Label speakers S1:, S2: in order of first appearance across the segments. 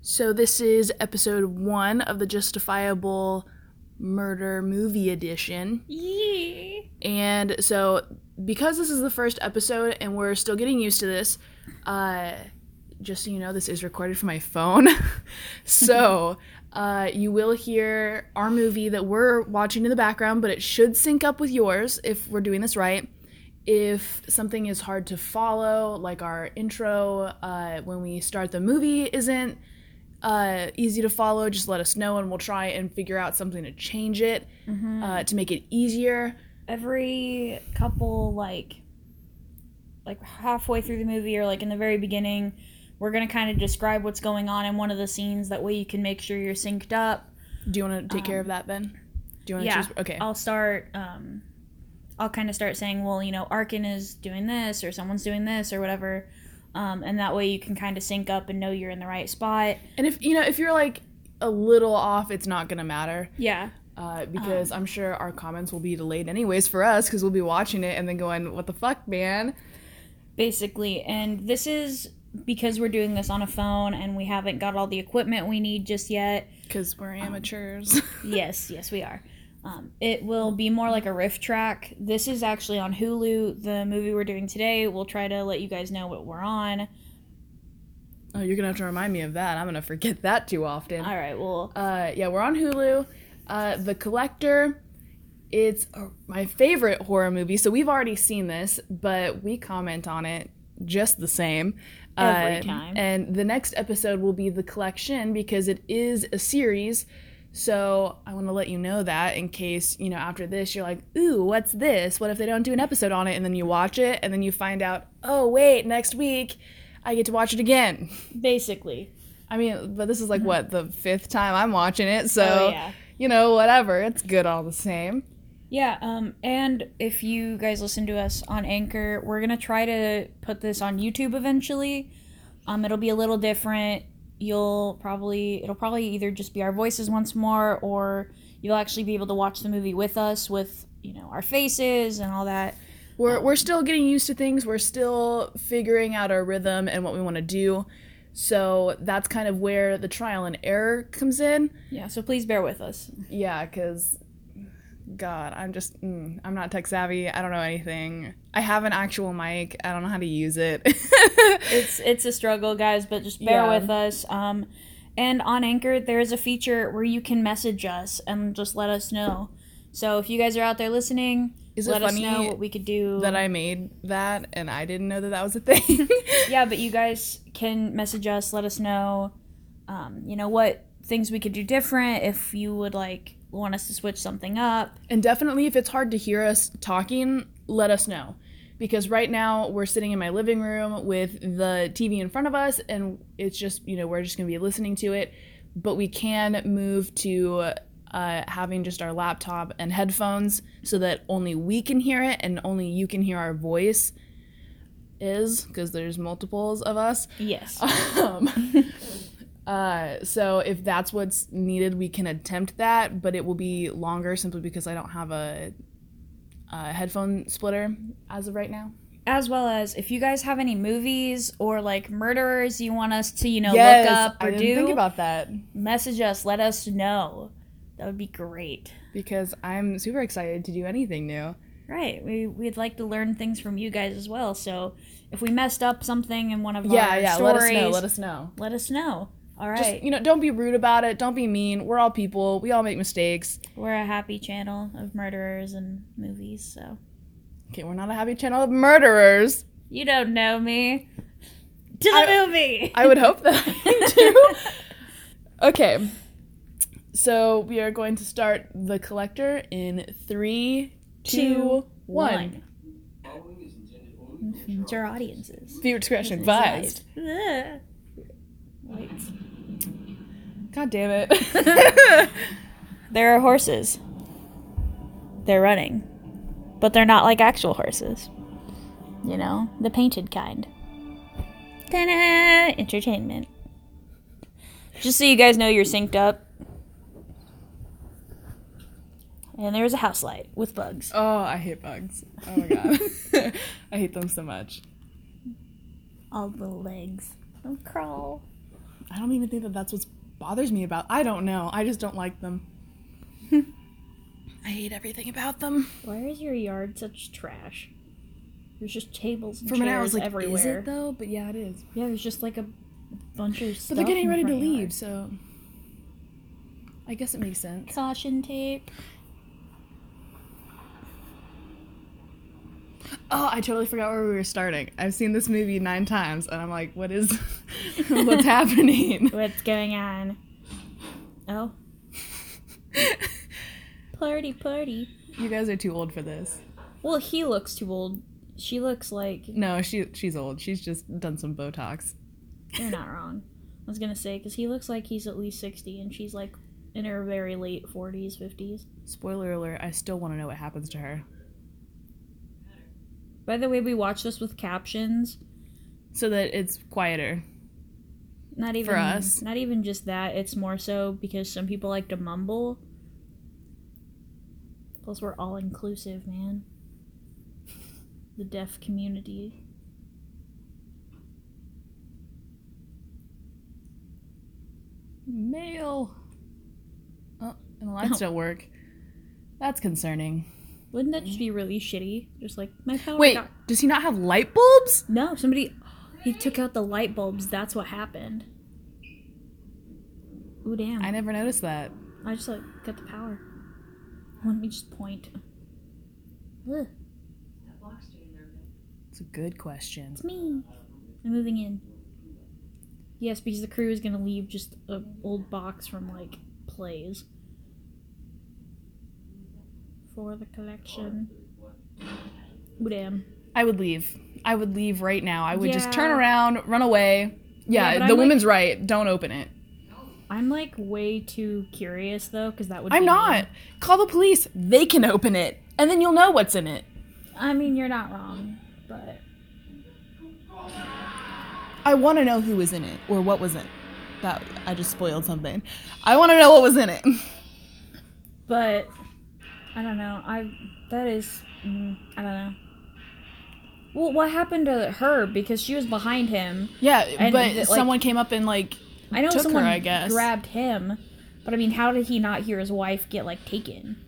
S1: So, this is episode one of the Justifiable Murder Movie Edition.
S2: Yeah.
S1: And so, because this is the first episode and we're still getting used to this, uh, just so you know, this is recorded from my phone. so, uh, you will hear our movie that we're watching in the background, but it should sync up with yours if we're doing this right. If something is hard to follow, like our intro uh, when we start the movie isn't uh, easy to follow, just let us know and we'll try and figure out something to change it
S2: Mm-hmm.
S1: uh, to make it easier.
S2: Every couple, like, like halfway through the movie or like in the very beginning, we're gonna kind of describe what's going on in one of the scenes. That way, you can make sure you're synced up.
S1: Do you want to take care of that, Ben? Do you want to
S2: Um, yeah.
S1: choose? Okay.
S2: I'll start. Um, I'll kind of start saying, well, you know, Arkin is doing this, or someone's doing this, or whatever. Um, and that way, you can kind of sync up and know you're in the right spot.
S1: and if you know, if you're like a little off, it's not gonna matter
S2: Yeah.
S1: uh, because
S2: Uh-huh.
S1: I'm sure our comments will be delayed anyways for us because we'll be watching it and then going, "What the fuck, man?"
S2: basically and this is because we're doing this on a phone and we haven't got all the equipment we need just yet
S1: Because we're
S2: Um.
S1: amateurs.
S2: yes yes we are um, it will be more like a riff track this is actually on hulu the movie we're doing today we'll try to let you guys know what we're on
S1: oh, you're gonna have to remind me of that. I'm gonna forget that too often.
S2: all right well
S1: uh, yeah, we're on Hulu. Uh, the Collector. It's uh, my favorite horror movie, so we've already seen this, but we comment on it just the same. Uh,
S2: Every time.
S1: And the next episode will be The Collection because it is a series. So I want to let you know that in case, you know, after this, you're like, ooh, what's this? What if they don't do an episode on it? And then you watch it and then you find out, oh, wait, next week I get to watch it again.
S2: basically
S1: I mean, but this is like what the fifth time I'm watching it, so
S2: Mm-hmm. Oh, yeah.
S1: you know, whatever. It's good all the same.
S2: yeah um, and if you guys listen to us on anchor we're gonna try to put this on youtube eventually um, it'll be a little different you'll probably it'll probably either just be our voices once more or you'll actually be able to watch the movie with us with you know our faces and all that
S1: We're we're still getting used to things. We're still figuring out our rhythm and what we want to do. So that's kind of where the trial and error comes in.
S2: yeah so please bear with us
S1: Yeah, because God, I'm just mm, I'm not tech savvy. I don't know anything. I have an actual mic. I don't know how to use it.
S2: it's it's a struggle guys but just bear
S1: Yeah.
S2: with us um, and on anchor there is a feature where you can message us and just let us know so if you guys are out there listening
S1: Is it
S2: let us
S1: funny
S2: know what we could do
S1: that I made that, and I didn't know that that was a thing.
S2: yeah but you guys can message us let us know um, you know what things we could do different if you would like want us to switch something up
S1: And definitely, if it's hard to hear us talking, let us know. Because right now, we're sitting in my living room with the TV in front of us, and it's just, you know, we're just going to be listening to it. But we can move to uh, having just our laptop and headphones so that only we can hear it and only you can hear our voice is because there's multiples of us
S2: yes
S1: um, uh, so if that's what's needed, we can attempt that, but it will be longer simply because I don't have a, a headphone splitter as of right now.
S2: as well as if you guys have any movies or like murderers you want us to you know look up
S1: I
S2: or
S1: didn't
S2: do
S1: think about that
S2: message us let us know that would be great
S1: because I'm super excited to do anything new.
S2: right we, we'd like to learn things from you guys as well so if we messed up something in one of
S1: Yeah,
S2: our
S1: yeah.
S2: stories
S1: Let us know. Let us know.
S2: let us know all
S1: Just,
S2: right
S1: you know, don't be rude about it. Don't be mean. We're all people. We all make mistakes.
S2: we're a happy channel of murderers and movies so
S1: Okay, we're not a happy channel of murderers.
S2: You don't know me. To the
S1: I-
S2: movie.
S1: I would hope that I do. Okay. So we are going to start the collector in three, two, one.
S3: Following is intended only
S2: Future audiences.
S1: Viewer discretion advised.
S2: Ugh. Wait.
S1: God damn it.
S2: There are horses. They're running, but they're not like actual horses. You know, the painted kind. Ta-da! Entertainment. Just so you guys know, you're synced up. And there's a house light with bugs.
S1: oh, I hate bugs. Oh my god. I hate them so much.
S2: All the legs. Don't crawl.
S1: I don't even think that that's what bothers me about. I don't know. I just don't like them. Hmm. I hate everything about them.
S4: Why is your yard such trash? There's just tables and
S1: For a
S4: chairs
S1: minute, I was like,
S4: everywhere.
S1: "Is it though?" But yeah, it is.
S4: Yeah, there's just like a bunch of.
S1: But they're getting ready to leave, so I guess it makes sense.
S2: Caution tape.
S1: Oh, I totally forgot where we were starting. I've seen this movie nine times, and I'm like, "What is? what's happening?"
S4: What's going on? Oh,
S2: Party, party.
S1: you guys are too old for this.
S4: well, he looks too old. She looks like
S1: No, she she's old. She's just done some Botox.
S4: you're not wrong. I was gonna say because he looks like he's at least sixty, and she's like in her very late forties, fifties.
S1: Spoiler alert! I still want to know what happens to her.
S2: By the way, we watched this with captions.
S1: So that it's quieter.
S2: Not even
S1: For us.
S2: Not even just that. It's more so because some people like to mumble.
S4: Plus, we're all inclusive, man. The deaf community.
S1: Mail. Oh, and the lights don't work. That's concerning.
S4: Wouldn't that just be really shitty? Just like my power.
S1: Wait,
S4: got-
S1: does he not have light bulbs?
S4: no, somebody. He took out the light bulbs. That's what happened. Ooh, damn!
S1: I
S4: I,
S1: never noticed that.
S4: just like got the power. Let me just point. Ugh,
S1: It's a good question.
S4: it's me. I'm moving in. Yes, because the crew is gonna leave just a old box from like plays for the collection. Ooh, damn!
S1: I would leave. I would leave right now. I would just
S4: Yeah.
S1: turn around, run away. Yeah,
S4: Yeah, but
S1: the
S4: I'm, like-
S1: woman's right. Don't open it.
S4: I'm like way too curious though, because that would.
S1: I'm
S4: be me.
S1: not. Call the police. They can open it, and then you'll know what's in it.
S4: I mean, you're not wrong, but
S1: I want to know who was in it or what was in. That I just spoiled something. I want to know what was in it.
S4: but I don't know. I that is mm, I don't know.
S2: Well, what happened to her? Because she was behind him.
S1: Yeah,
S2: And
S1: but
S2: is it, like-
S1: someone came up and like
S2: I know
S1: Took her,
S2: someone
S1: I guess.
S2: grabbed him, but I mean, how did he not hear his wife get like taken?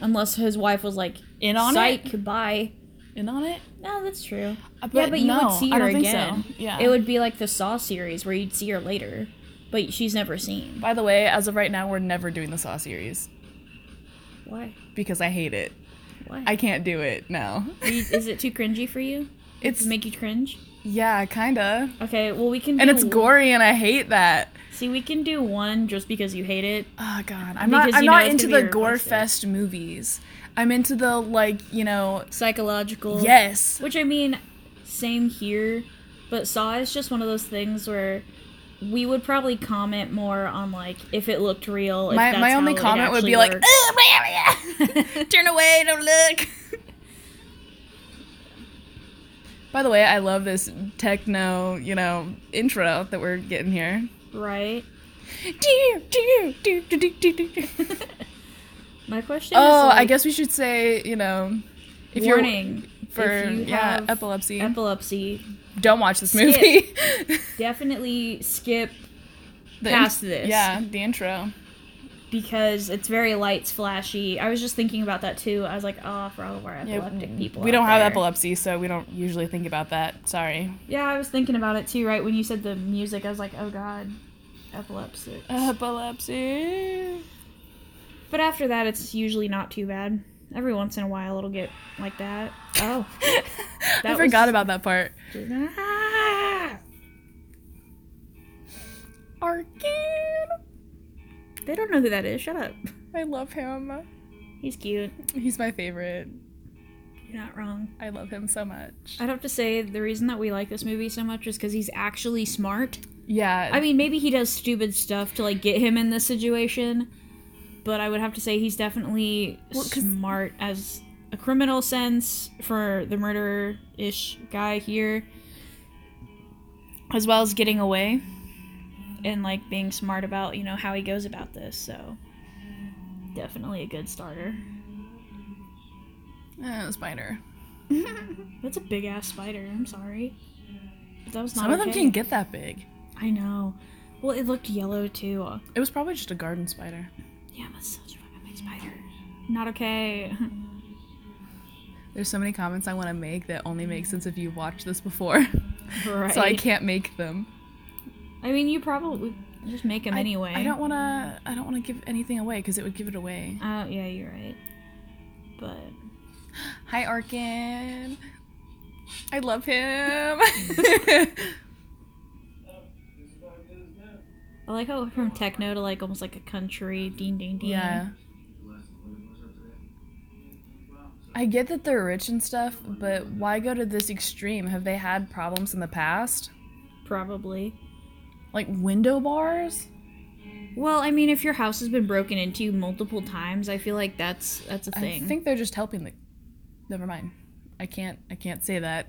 S2: Unless his wife was like,
S1: in on
S2: "Psych,
S1: it.
S2: goodbye."
S1: In on it.
S2: No, that's true.
S1: Uh,
S2: yeah, but you
S1: no,
S2: would see
S1: I
S2: her
S1: don't think
S2: again.
S1: So. Yeah.
S2: It would be like the Saw series where you'd see her later, but she's never seen.
S1: By the way, as of right now, we're never doing the Saw series
S4: Why?
S1: because I hate it.
S4: Why?
S1: I can't do it. No.
S2: Are you- Is it too cringy for you?
S1: It's
S2: To make you cringe?
S1: yeah, kinda,
S4: Okay, well we can.
S1: and
S4: do
S1: it's gory, and I hate that.
S4: See, we can do one just because you hate it.
S1: Oh god, I'm not.
S4: Because
S1: I'm
S4: you know
S1: not
S4: it's
S1: into
S4: gonna be
S1: the gore
S4: requested.
S1: fest movies. I'm into the like, you know.
S2: Psychological.
S1: Yes.
S2: Which I mean, same here, but Saw is just one of those things where we would probably comment more on like if it looked real. If
S1: My,
S2: that's
S1: my
S2: how
S1: only
S2: it
S1: comment would
S2: actually
S1: be like,
S2: worked.
S1: "Ugh, blah, blah. turn away, don't look. By the way, I love this techno, you know, intro that we're getting here. Oh,
S4: Right?
S1: Do, do, do, do, do, do, do.
S4: My question
S1: Oh,
S4: is like,
S1: I guess we should say, you know, if
S2: warning
S1: you're for
S4: if you
S1: yeah
S4: have
S1: epilepsy,
S2: epilepsy.
S1: don't watch this
S2: Skip.
S1: movie.
S2: Definitely skip
S1: The
S2: Past this.
S1: yeah, the intro.
S2: because it's very lights flashy. I was just thinking about that too. I was like, oh, for all of our
S1: Yeah,
S2: epileptic people.
S1: we
S2: out
S1: don't have
S2: there."
S1: epilepsy, so we don't usually think about that. Sorry.
S2: Yeah, I was thinking about it too. Right when you said the music, I was like, oh god, epilepsy.
S1: Uh, Epilepsy.
S2: But after that, it's usually not too bad. Every once in a while, it'll get like that. Oh.
S1: I
S2: That
S1: forgot
S2: was-
S1: about that part.
S2: They don't know who that is. Shut up.
S1: I love him.
S2: He's cute.
S1: He's my favorite.
S2: You're not wrong.
S1: I love him so much.
S2: I'd have to say the reason that we like this movie so much is because he's actually smart.
S1: Yeah.
S2: I mean, maybe he does stupid stuff to like get him in this situation, but I would have to say he's definitely
S1: Well, 'cause-
S2: smart as a criminal sense for the murderer ish guy here, as well as getting away and like being smart about you know how he goes about this. So definitely a good starter.
S1: Uh, spider.
S2: That's a big ass spider. I'm sorry. But that was not
S1: Some of them
S2: okay.
S1: can get that big.
S2: I I know. Well, it looked yellow too.
S1: It was probably just a garden spider.
S2: Yeah, that's such a fucking big spider. Not okay.
S1: There's so many comments I want to make that only make sense if you watched this before.
S2: right.
S1: so I can't make them.
S2: I mean, you probably just make them
S1: I-
S2: anyway.
S1: I don't want to. I don't want to give anything away because it would give it away.
S2: Oh yeah, you're right. But
S1: Hi, Arkin. I love him.
S2: I like how it went from techno to like almost like a country ding ding ding.
S1: yeah. I get that they're rich and stuff, but why go to this extreme? Have they had problems in the past?
S2: Probably.
S1: Like window bars?
S2: Well, I mean, if your house has been broken into multiple times, I feel like that's that's a thing.
S1: I think they're just helping the. Never mind. I can't. I can't say that.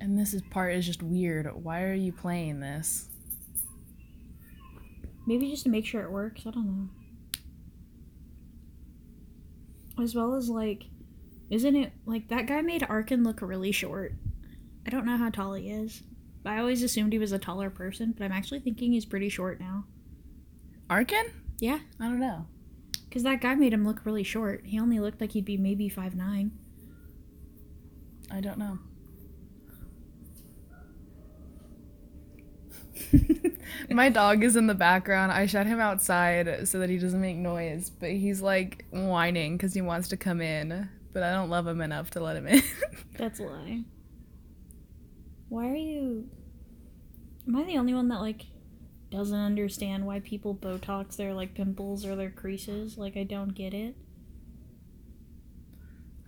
S1: And this is part is just weird. Why are you playing this?
S2: Maybe just to make sure it works. I don't know. As well as like, isn't it like that guy made Arkin look really short? I don't know how tall he is. I always assumed he was a taller person, but I'm actually thinking he's pretty short now.
S1: Arkin?
S2: Yeah,
S1: I don't know.
S2: because that guy made him look really short. He only looked like he'd be maybe five nine.
S1: I don't know. My dog is in the background. I shut him outside so that he doesn't make noise, but he's like whining because he wants to come in, but I don't love him enough to let him in.
S2: That's a lie. Why are you? Am I the only one that like doesn't understand why people Botox their like pimples or their creases? Like I don't get it.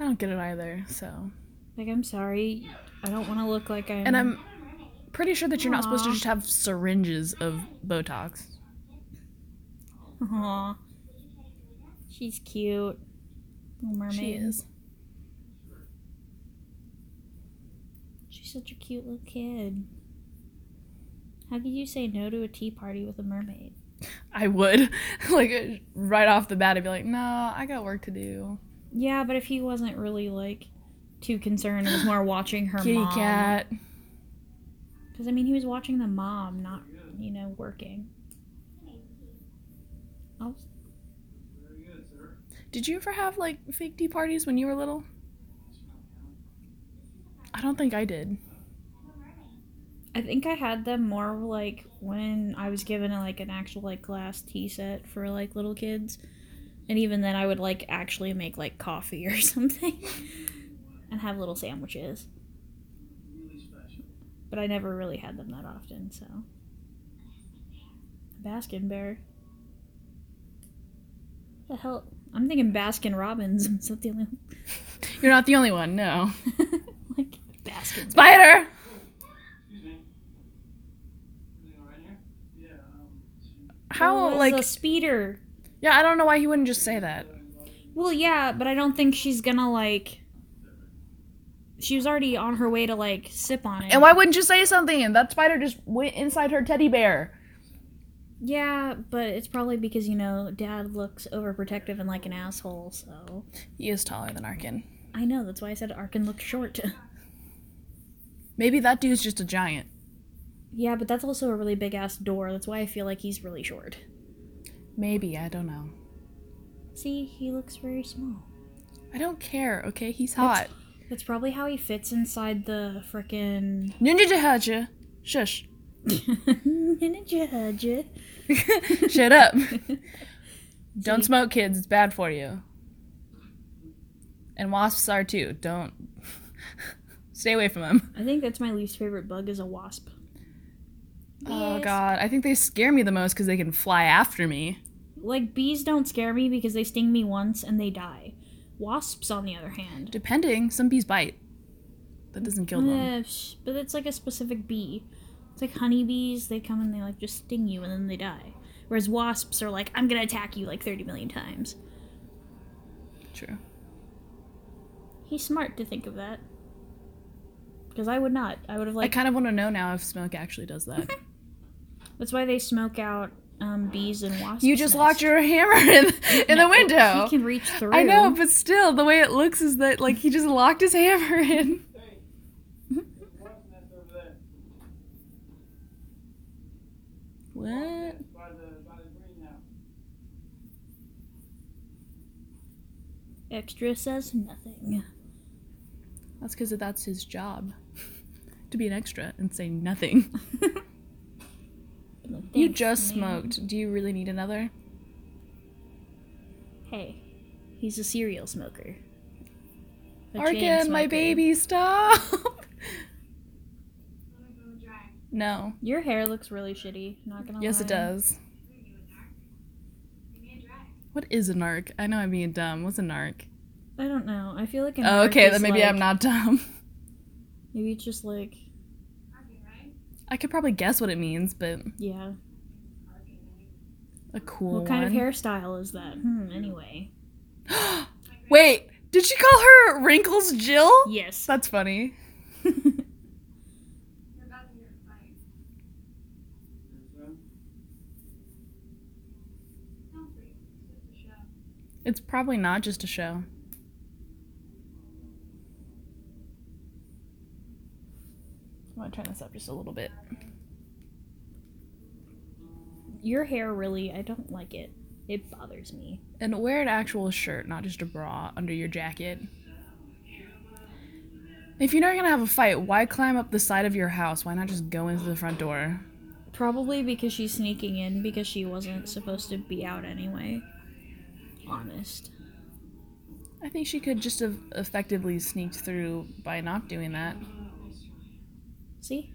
S1: I don't get it either, so.
S2: Like I'm sorry, I don't want to look like I'm.
S1: And I'm pretty sure that you're not supposed to
S2: Aw.
S1: just have syringes of Botox.
S2: Aw. She's cute. Little mermaid.
S1: She is.
S2: She's such a cute little kid. How could you say no to a tea party with a mermaid?
S1: I would. like, right off the bat, I'd be like, nah, I got work to do.
S2: Yeah, but if he wasn't really like too concerned, it was more watching her
S1: Kitty
S2: mom.
S1: cat.
S2: Because I mean, he was watching the mom, not you know working. Oh,
S3: Very good, sir.
S1: Did you ever have like fake tea parties when you were little? I don't think I did.
S2: I think I had them more like when I was given like an actual like glass tea set for like little kids, and even then I would like actually make like coffee or something, and have little sandwiches.
S3: Really special.
S2: But I never really had them that often, so. Baskin Bear. The hell? I'm thinking Baskin Robbins. Is that the only
S1: You're not the only one, no.
S2: like Baskin?
S1: Spider!
S3: Excuse me. Everything all right here? Yeah, um,
S1: How,
S2: Well,
S1: like,
S2: it's a speeder?
S1: yeah, I don't know why he wouldn't just say that.
S2: Well, yeah, but I don't think she's gonna like. She was already on her way to like sip on it.
S1: And why wouldn't you say something? And that spider just went inside her teddy bear.
S2: yeah, but it's probably because you know Dad looks overprotective and like an asshole. So
S1: He is taller than Arkin.
S2: I know that's why I said Arkin looked short.
S1: Maybe that dude's just a giant.
S2: yeah, but that's also a really big ass door. That's why I feel like he's really short.
S1: Maybe, I don't know.
S2: See, he looks very small.
S1: I don't care, okay? He's hot.
S2: That's probably how he fits inside the frickin'
S1: Ninja Jahaja. Shush.
S2: ninja.
S1: Shut up. don't smoke, kids. It's bad for you. And wasps are too. Don't. Stay away from them.
S2: I think that's my least favorite bug is a wasp.
S1: Oh,
S2: Yes.
S1: God. I think they scare me the most because they can fly after me.
S2: Like bees don't scare me because they sting me once and they die. Wasps, on the other hand,
S1: Depending, some bees bite. That doesn't kill them.
S2: Eh, sh- but it's like a specific bee. It's like honeybees. They come and they like just sting you and then they die. Whereas wasps are like, I'm gonna attack you like 30 million times.
S1: True.
S2: He's smart to think of that. Because I would not. I would have
S1: I
S2: like.
S1: kind of want to know now if smoke actually does that.
S2: That's why they smoke out um, bees and wasps.
S1: you just
S2: nests.
S1: locked your hammer in, in the window.
S2: He can reach through.
S1: I know, but still, the way it looks is that like he just locked his hammer in.
S3: hey, there's a wasp nest over there. the by the green now.
S2: Extra says nothing.
S1: That's because that's his job to be an extra and say nothing. you
S2: Thanks,
S1: just
S2: man.
S1: smoked. Do you really need another?
S2: Hey, he's a serial smoker. A chain
S1: Arkin, my
S2: smoker.
S1: baby, stop!
S3: I'm gonna go dry.
S1: no.
S2: Your hair looks really shitty. Not gonna
S1: Yes, it
S2: lie.
S1: does.
S3: You a narc? Give me a dry.
S1: What is a narc? I know I'm being dumb. What's a narc?
S2: I don't know. I feel like. an
S1: Oh,
S2: arc
S1: okay,
S2: is
S1: then maybe
S2: like-
S1: I'm not dumb.
S2: Maybe it's just like
S3: Arkin, right?
S1: I could probably guess what it means, but
S2: yeah.
S3: Arkin, right?
S1: a cool
S2: what kind
S1: one.
S2: of hairstyle is that? Hmm. Anyway.
S1: Wait, did she call her wrinkles Jill?
S2: Yes.
S1: That's funny.
S3: You're about to get a fight. Don't freak. It's just a show.
S1: It's probably not just a show. I'm gonna turn this up just a little bit.
S2: Your hair really. I don't like it. It bothers me.
S1: And wear an actual shirt, not just a bra under your jacket. If you're not gonna have a fight, why climb up the side of your house? Why not just go into the front door?
S2: Probably because she's sneaking in because she wasn't supposed to be out anyway. Honest.
S1: I think she could just have effectively sneaked through by not doing that.
S2: See?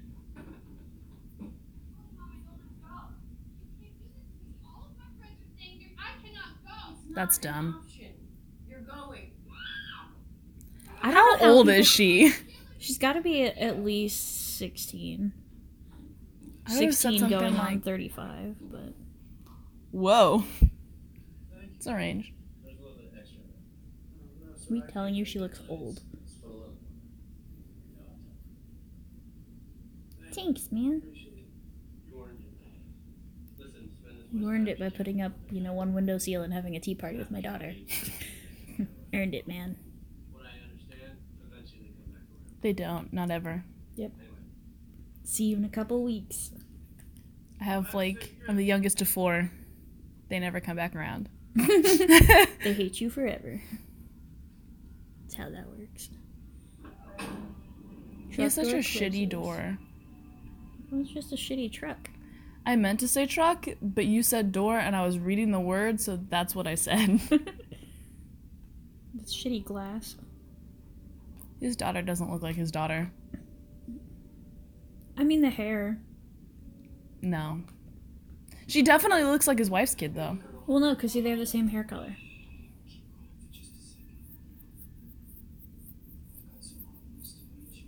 S1: That's dumb.
S2: I don't
S1: How
S2: know
S1: old
S2: people-
S1: is she?
S2: She's got to be at, at least 16.
S1: I would've said
S2: 16
S1: something
S2: going on
S1: like-
S2: 35, but
S1: Whoa. It's a range.
S3: There's a little bit extra. Oh,
S2: it's me telling you she looks old. Thanks, man. You earned it by putting up, you know, one window seal and having a tea party with my daughter. earned it, man.
S3: What I understand, eventually they come back around.
S1: They don't, not ever.
S2: See you in a couple weeks.
S1: I have like I'm the youngest of four. They never come back around.
S2: They hate you forever. That's how that works.
S1: She has
S2: Truck
S1: such a
S2: door
S1: shitty
S2: closes.
S1: door.
S2: Well, it's just a shitty truck.
S1: I meant to say truck, but you said door and I was reading the word, so that's what I said.
S2: It's shitty glass.
S1: his daughter doesn't look like his daughter.
S2: I mean the hair.
S1: No. She definitely looks like his wife's kid though.
S2: Well, no, because they have the same hair color.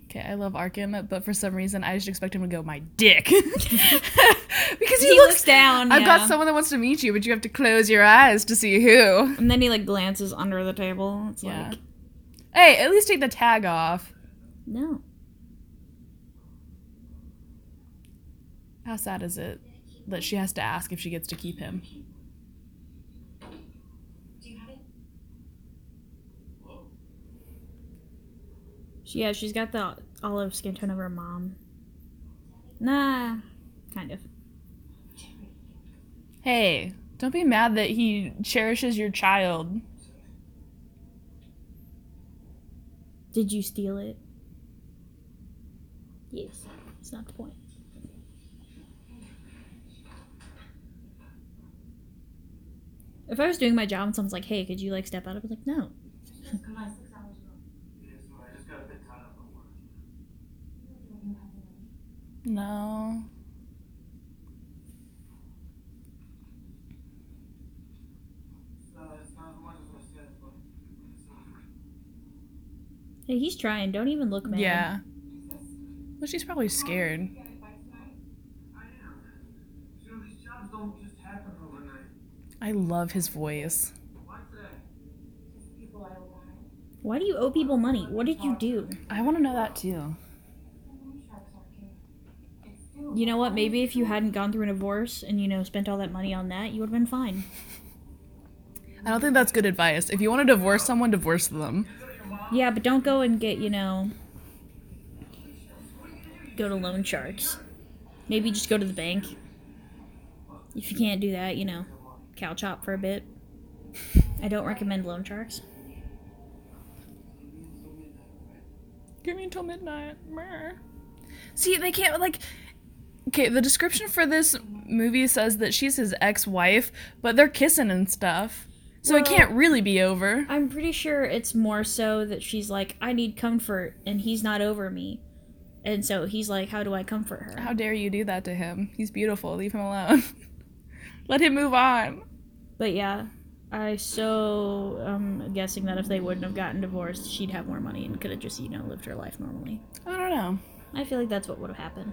S1: Okay, I love Arkin, but for some reason I just expect him to go my dick. because he,
S2: He
S1: looks,
S2: looks down.
S1: I've
S2: yeah.
S1: got someone that wants to meet you, but you have to close your eyes to see who.
S2: And then he like glances under the table. It's like
S1: Hey, at least take the tag off.
S2: no.
S1: How sad is it that she has to ask if she gets to keep him?
S3: Whoa.
S2: She, yeah, she's got the olive skin tone of her mom. Nah, kind of.
S1: Hey, don't be mad that he cherishes your child.
S2: Did you steal it? Yes. It's not the point. If I was doing my job and someone's like, "Hey, could you like step out?" I'd be like, "No."
S3: Yeah, so I just got a bit tied up on work.
S1: No.
S3: So it's not as much as I said, but it's not.
S2: Hey, he's trying. Don't even look mad.
S1: Yeah. Well, she's probably scared.
S3: I am. You know, these jobs don't just happen overnight.
S1: I love his voice.
S3: Why today?
S2: Why do you owe people money? What did you do?
S1: I want to know that too.
S2: You know what? Maybe if you hadn't gone through a divorce and you know spent all that money on that, you would have been fine.
S1: I don't think that's good advice. If you want to divorce someone, divorce them.
S2: Yeah, but don't go and get you know go to loan sharks. Maybe just go to the bank. If you can't do that, you know, cow chop for a bit. I don't recommend loan sharks.
S1: Give me until midnight. See, they can't like. Okay, the description for this movie says that she's his ex-wife, but they're kissing and stuff, so it
S2: Well-
S1: can't really be over.
S2: I'm pretty sure it's more so that she's like, I need comfort, and he's not over me. And so he's like, How do I comfort her?
S1: How dare you do that to him? He's beautiful. Leave him alone. Let him move on.
S2: But yeah, I so am guessing that if they wouldn't have gotten divorced, she'd have more money and could have just, you know, lived her life normally.
S1: I don't know.
S2: I feel like that's what would have happened.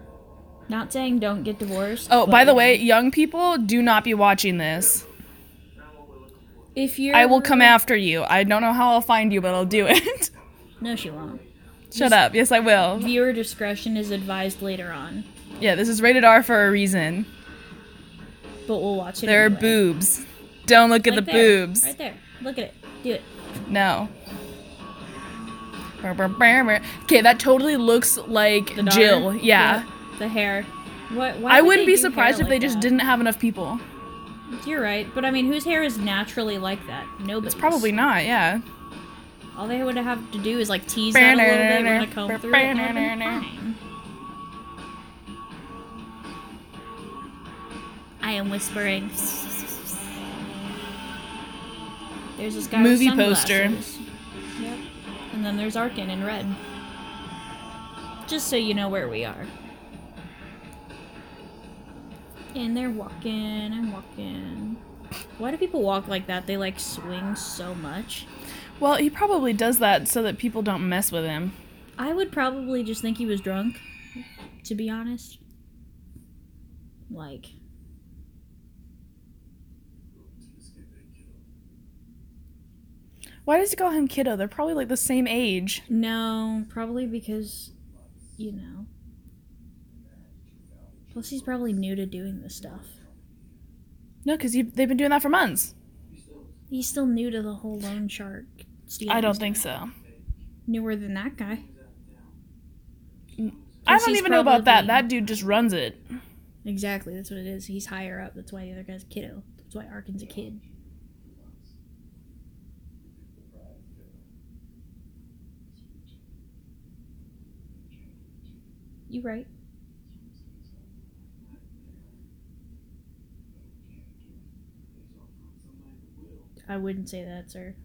S2: Not saying don't get divorced.
S1: Oh,
S2: but,
S1: by the
S2: you know,
S1: way, young people, do not be watching this.
S2: if you're
S1: I will come after you. I don't know how I'll find you, but I'll do it.
S2: No, she won't.
S1: Shut up. Yes, I will.
S2: Viewer discretion is advised later on,
S1: Yeah, this is rated R for a reason.
S2: but we'll watch it.
S1: There are
S2: anyway.
S1: boobs. Don't look at
S2: Right
S1: the
S2: there,
S1: boobs.
S2: Right there. Look at it. Do it.
S1: No. Okay, that totally looks like
S2: The daughter?
S1: Jill. Yeah.
S2: The hair. What? Why
S1: I
S2: would
S1: wouldn't
S2: they
S1: be
S2: do hair
S1: surprised if
S2: like
S1: they just
S2: that?
S1: didn't have enough people.
S2: You're right, but I mean, whose hair is naturally like that? Nobody's.
S1: It's probably not, yeah.
S2: All they would have to do is like tease that a little bit, run a comb through it, and it would've been fine. I am whispering. There's this guy
S1: Movie
S2: with
S1: poster.
S2: sunglasses. Yep. And then there's Arkin in red. Just so you know where we are. And they're walking and walking. Why do people walk like that? They like swing so much.
S1: Well, he probably does that so that people don't mess with him.
S2: I would probably just think he was drunk, to be honest. Like,
S1: Why does he call him kiddo? They're probably like the same age.
S2: no, probably because, you know. Plus, he's probably new to doing this stuff.
S1: No, because they've been doing that for months.
S2: He's still new to the whole loan shark. Stealing
S1: I don't
S2: stuff.
S1: think so.
S2: Newer than that guy.
S1: I
S2: Plus,
S1: don't
S2: he's
S1: even know about that.
S2: probably-
S1: That dude just runs it.
S2: Exactly, that's what it is. He's higher up. That's why the other guy's a kiddo. That's why Arkin's a kid. You right. I wouldn't say that, sir.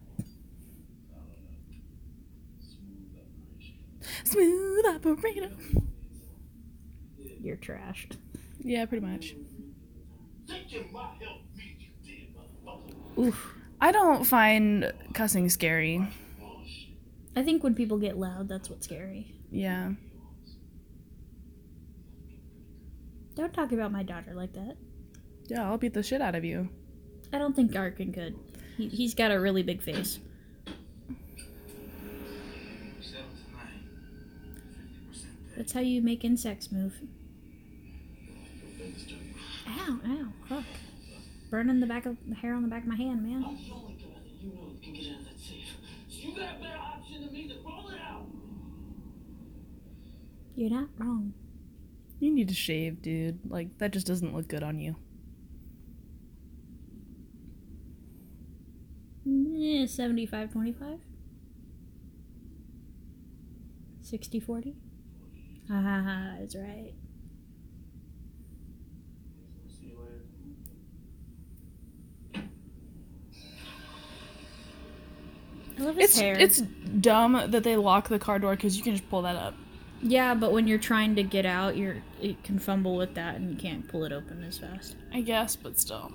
S1: Smooth operator.
S2: You're trashed.
S1: Yeah, pretty much.
S3: Taking my help means you did, motherfucker.
S1: I don't find cussing scary.
S2: I think when people get loud, that's what's scary.
S1: Yeah.
S2: Don't talk about my daughter like that.
S1: Yeah, I'll beat the shit out of you.
S2: I don't think Arkin could. He, he's got a really big face.
S3: Seven to nine. Fifty percent
S2: That's how you make insects move. Ow, ow, fuck. Burning the back of the hair on the back of my hand, man.
S3: The only guy that you know that can get out of that safe. You got a better option than me to roll it out.
S2: You're not wrong.
S1: You need to shave, dude. Like, that just doesn't look good on you.
S2: Eh, 75 25? 60 40? Ha ha ha, that's right.
S3: See you later.
S2: I love his
S1: It's
S2: hair.
S1: it's dumb that they lock the car door because you can just pull that up.
S2: yeah, but when you're trying to get out, you're it can fumble with that and you can't pull it open as fast.
S1: I guess, but still.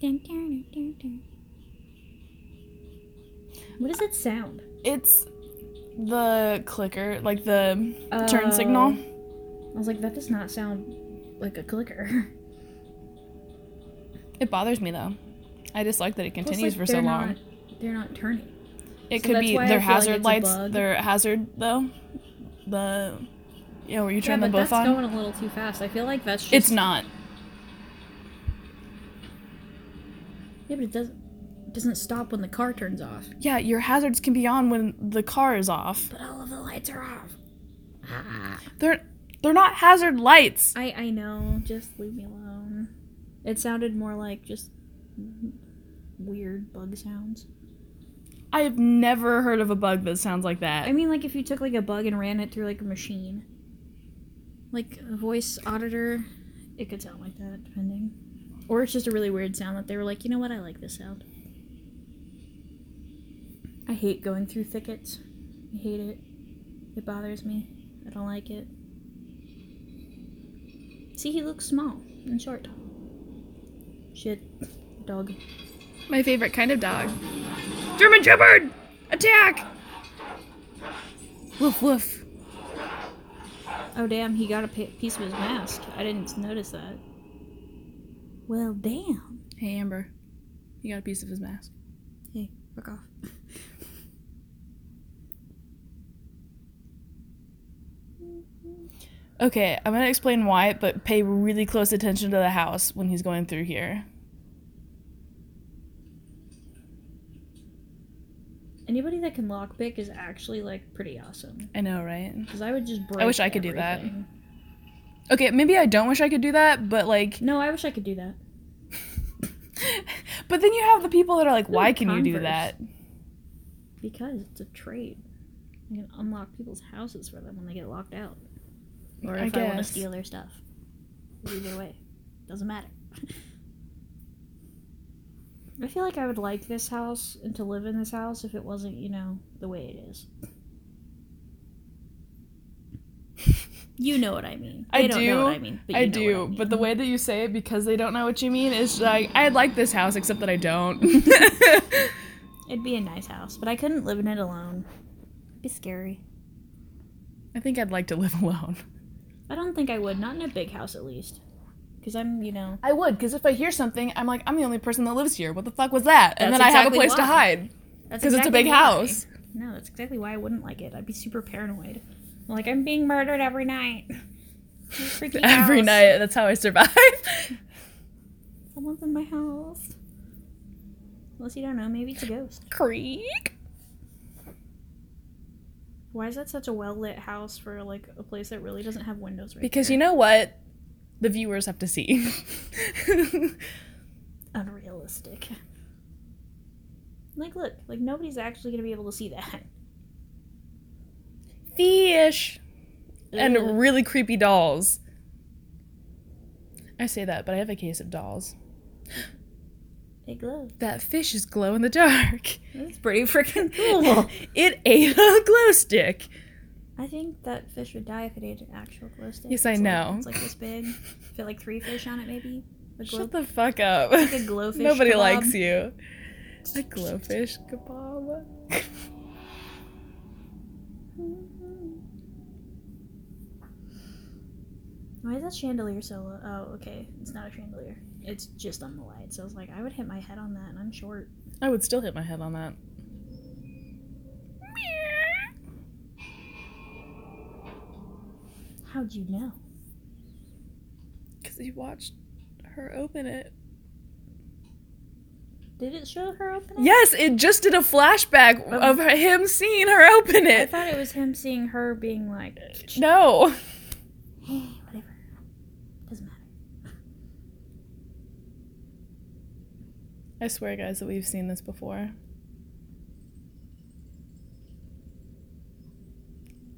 S2: Dun, dun, dun, dun. What does it sound?
S1: It's the clicker, like the
S2: Oh.
S1: turn signal.
S2: I was like, that does not sound like a clicker.
S1: It bothers me though. I dislike that it
S2: Plus,
S1: continues
S2: like,
S1: for so
S2: they're
S1: long.
S2: Not, they're not turning.
S1: It
S2: so
S1: could
S2: that's
S1: be
S2: why I
S1: their
S2: feel like
S1: hazard
S2: it's a
S1: lights.
S2: bug.
S1: Their hazard though. The yeah, where you
S2: Yeah,
S1: turn
S2: but
S1: them
S2: that's
S1: both on.
S2: going a little too fast. I feel like that's just.
S1: It's not.
S2: Yeah, but it doesn't it doesn't stop when the car turns off.
S1: Yeah, your hazards can be on when the car is off.
S2: But all of the lights are off. Ah.
S1: They're they're not hazard lights.
S2: I I know. Just leave me alone. It sounded more like just weird bug sounds.
S1: I have never heard of a bug that sounds like
S2: I
S1: that.
S2: mean, like if you took like a bug and ran it through like a machine, like a voice auditor, it could sound like that, depending. Or it's just a really weird sound that they were like, you know what, I like this sound. I hate going through thickets. I hate it. It bothers me. I don't like it. See, he looks small and short. Shit, dog.
S1: My favorite kind of dog. German Shepherd! Attack! Woof woof.
S2: Oh damn, he got a pi- piece of his mask. I didn't notice that. Well, damn.
S1: Hey Amber, you got a piece of his mask.
S2: Hey, fuck off.
S1: Okay, I'm gonna explain why, but pay really close attention to the house when he's going through here.
S2: Anybody that can lockpick is actually like pretty awesome.
S1: I know, right?
S2: Cause I would just break.
S1: I wish I could do that.
S2: everything.
S1: Okay, maybe I don't wish I could do that, but like,
S2: No, I wish I could do that.
S1: but then you have the people that are like,
S2: No,
S1: why can you do
S2: Converse.
S1: that?
S2: Because it's a trade. You can unlock people's houses for them when they get locked out. Or
S1: I
S2: if I, want to
S1: guess.
S2: steal their stuff. Either way. Doesn't matter. I feel like I would like this house and to live in this house if it wasn't, you know, the way it is. you know what I mean.
S1: I
S2: They don't know what
S1: do.
S2: I mean. But
S1: I
S2: you know
S1: do,
S2: what I mean.
S1: but the way that you say it because they don't know what you mean is like, I like this house, except that I don't.
S2: It'd be a nice house, but I couldn't live in it alone. It'd be scary.
S1: I think I'd like to live alone.
S2: I don't think I would. Not in a big house, at least. Because I'm, you know,
S1: I would, because if I hear something, I'm like, I'm the only person that lives here. What the fuck was that? And
S2: That's
S1: then I have a
S2: exactly
S1: place to
S2: why.
S1: hide
S2: That's
S1: because it's a
S2: exactly
S1: big
S2: why.
S1: house.
S2: No, that's exactly why I wouldn't like it. I'd be super paranoid. I'm like I'm being murdered every night. Freaking
S1: Every
S2: house.
S1: night, that's how I survive.
S2: Someone's in my house. Unless you don't know, maybe it's a ghost.
S1: Creek.
S2: Why is that such a well lit house for like a place that really doesn't have windows right
S1: Because you know what? The viewers have to see.
S2: know unrealistic. Like look, like nobody's actually gonna be able to see that.
S1: Fish.
S2: Ugh.
S1: And really creepy dolls. I say that, but I have a case of dolls.
S2: it glows.
S1: That fish is glow in the dark.
S2: That's pretty freaking cool.
S1: It ate a glow stick.
S2: I think that fish would die if it ate an actual glow stick.
S1: Yes, I
S2: It's like-
S1: know.
S2: it's like this big. Fit like three fish on it, maybe. A glow
S1: Shut the fuck up.
S2: a glowfish
S1: Nobody
S2: kebab.
S1: likes you. A glowfish kebab.
S2: Why is that chandelier so low? Oh, okay. It's not a chandelier. It's just on the light. So I was like, I would hit my head on that, and I'm short.
S1: I would still hit my head on that.
S2: How'd you know?
S1: Because he watched her open it.
S2: Did it show her opening?
S1: Yes, it just did a flashback of her- him seeing her open
S2: I
S1: it.
S2: thought it was him seeing her being like,
S1: No.
S2: hey, whatever. Doesn't matter.
S1: I swear, guys, that we've seen this before.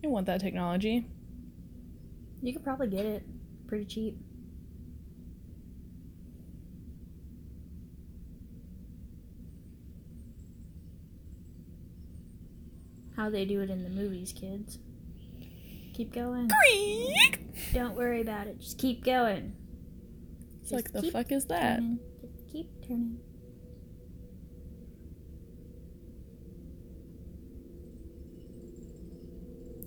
S1: I want that technology.
S2: You could probably get it pretty cheap. How they do it in the movies, kids. Keep going.
S1: Creak!
S2: Don't worry about it. Just keep going.
S1: It's like,
S2: Just
S1: the
S2: keep
S1: fuck is that?
S2: Turning. Just keep turning.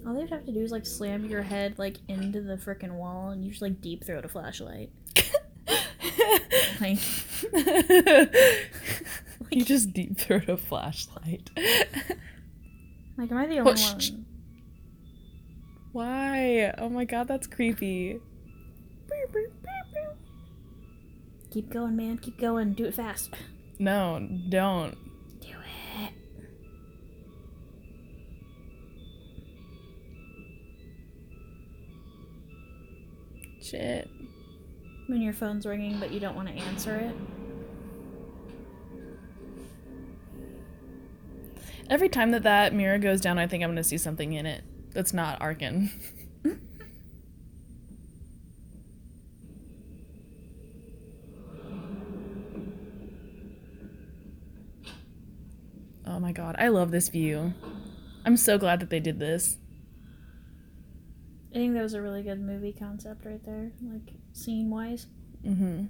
S2: All they'd have to do is like slam your head like into the frickin' wall and you just like deep throat a flashlight. Like
S1: you just deep throat a flashlight.
S2: Like, am I the only
S1: Oh, sh-
S2: one?
S1: Why? Oh my god, that's creepy.
S2: Keep going, man. Keep going. Do it fast.
S1: No, don't.
S2: Do it.
S1: Shit.
S2: When your phone's ringing but you don't want to answer it.
S1: Every time that that mirror goes down, I think I'm gonna see something in it that's not Arkin. oh my god, I love this view. I'm so glad that they did this.
S2: I think that was a really good movie concept right there, like scene wise.
S1: Mm-hmm.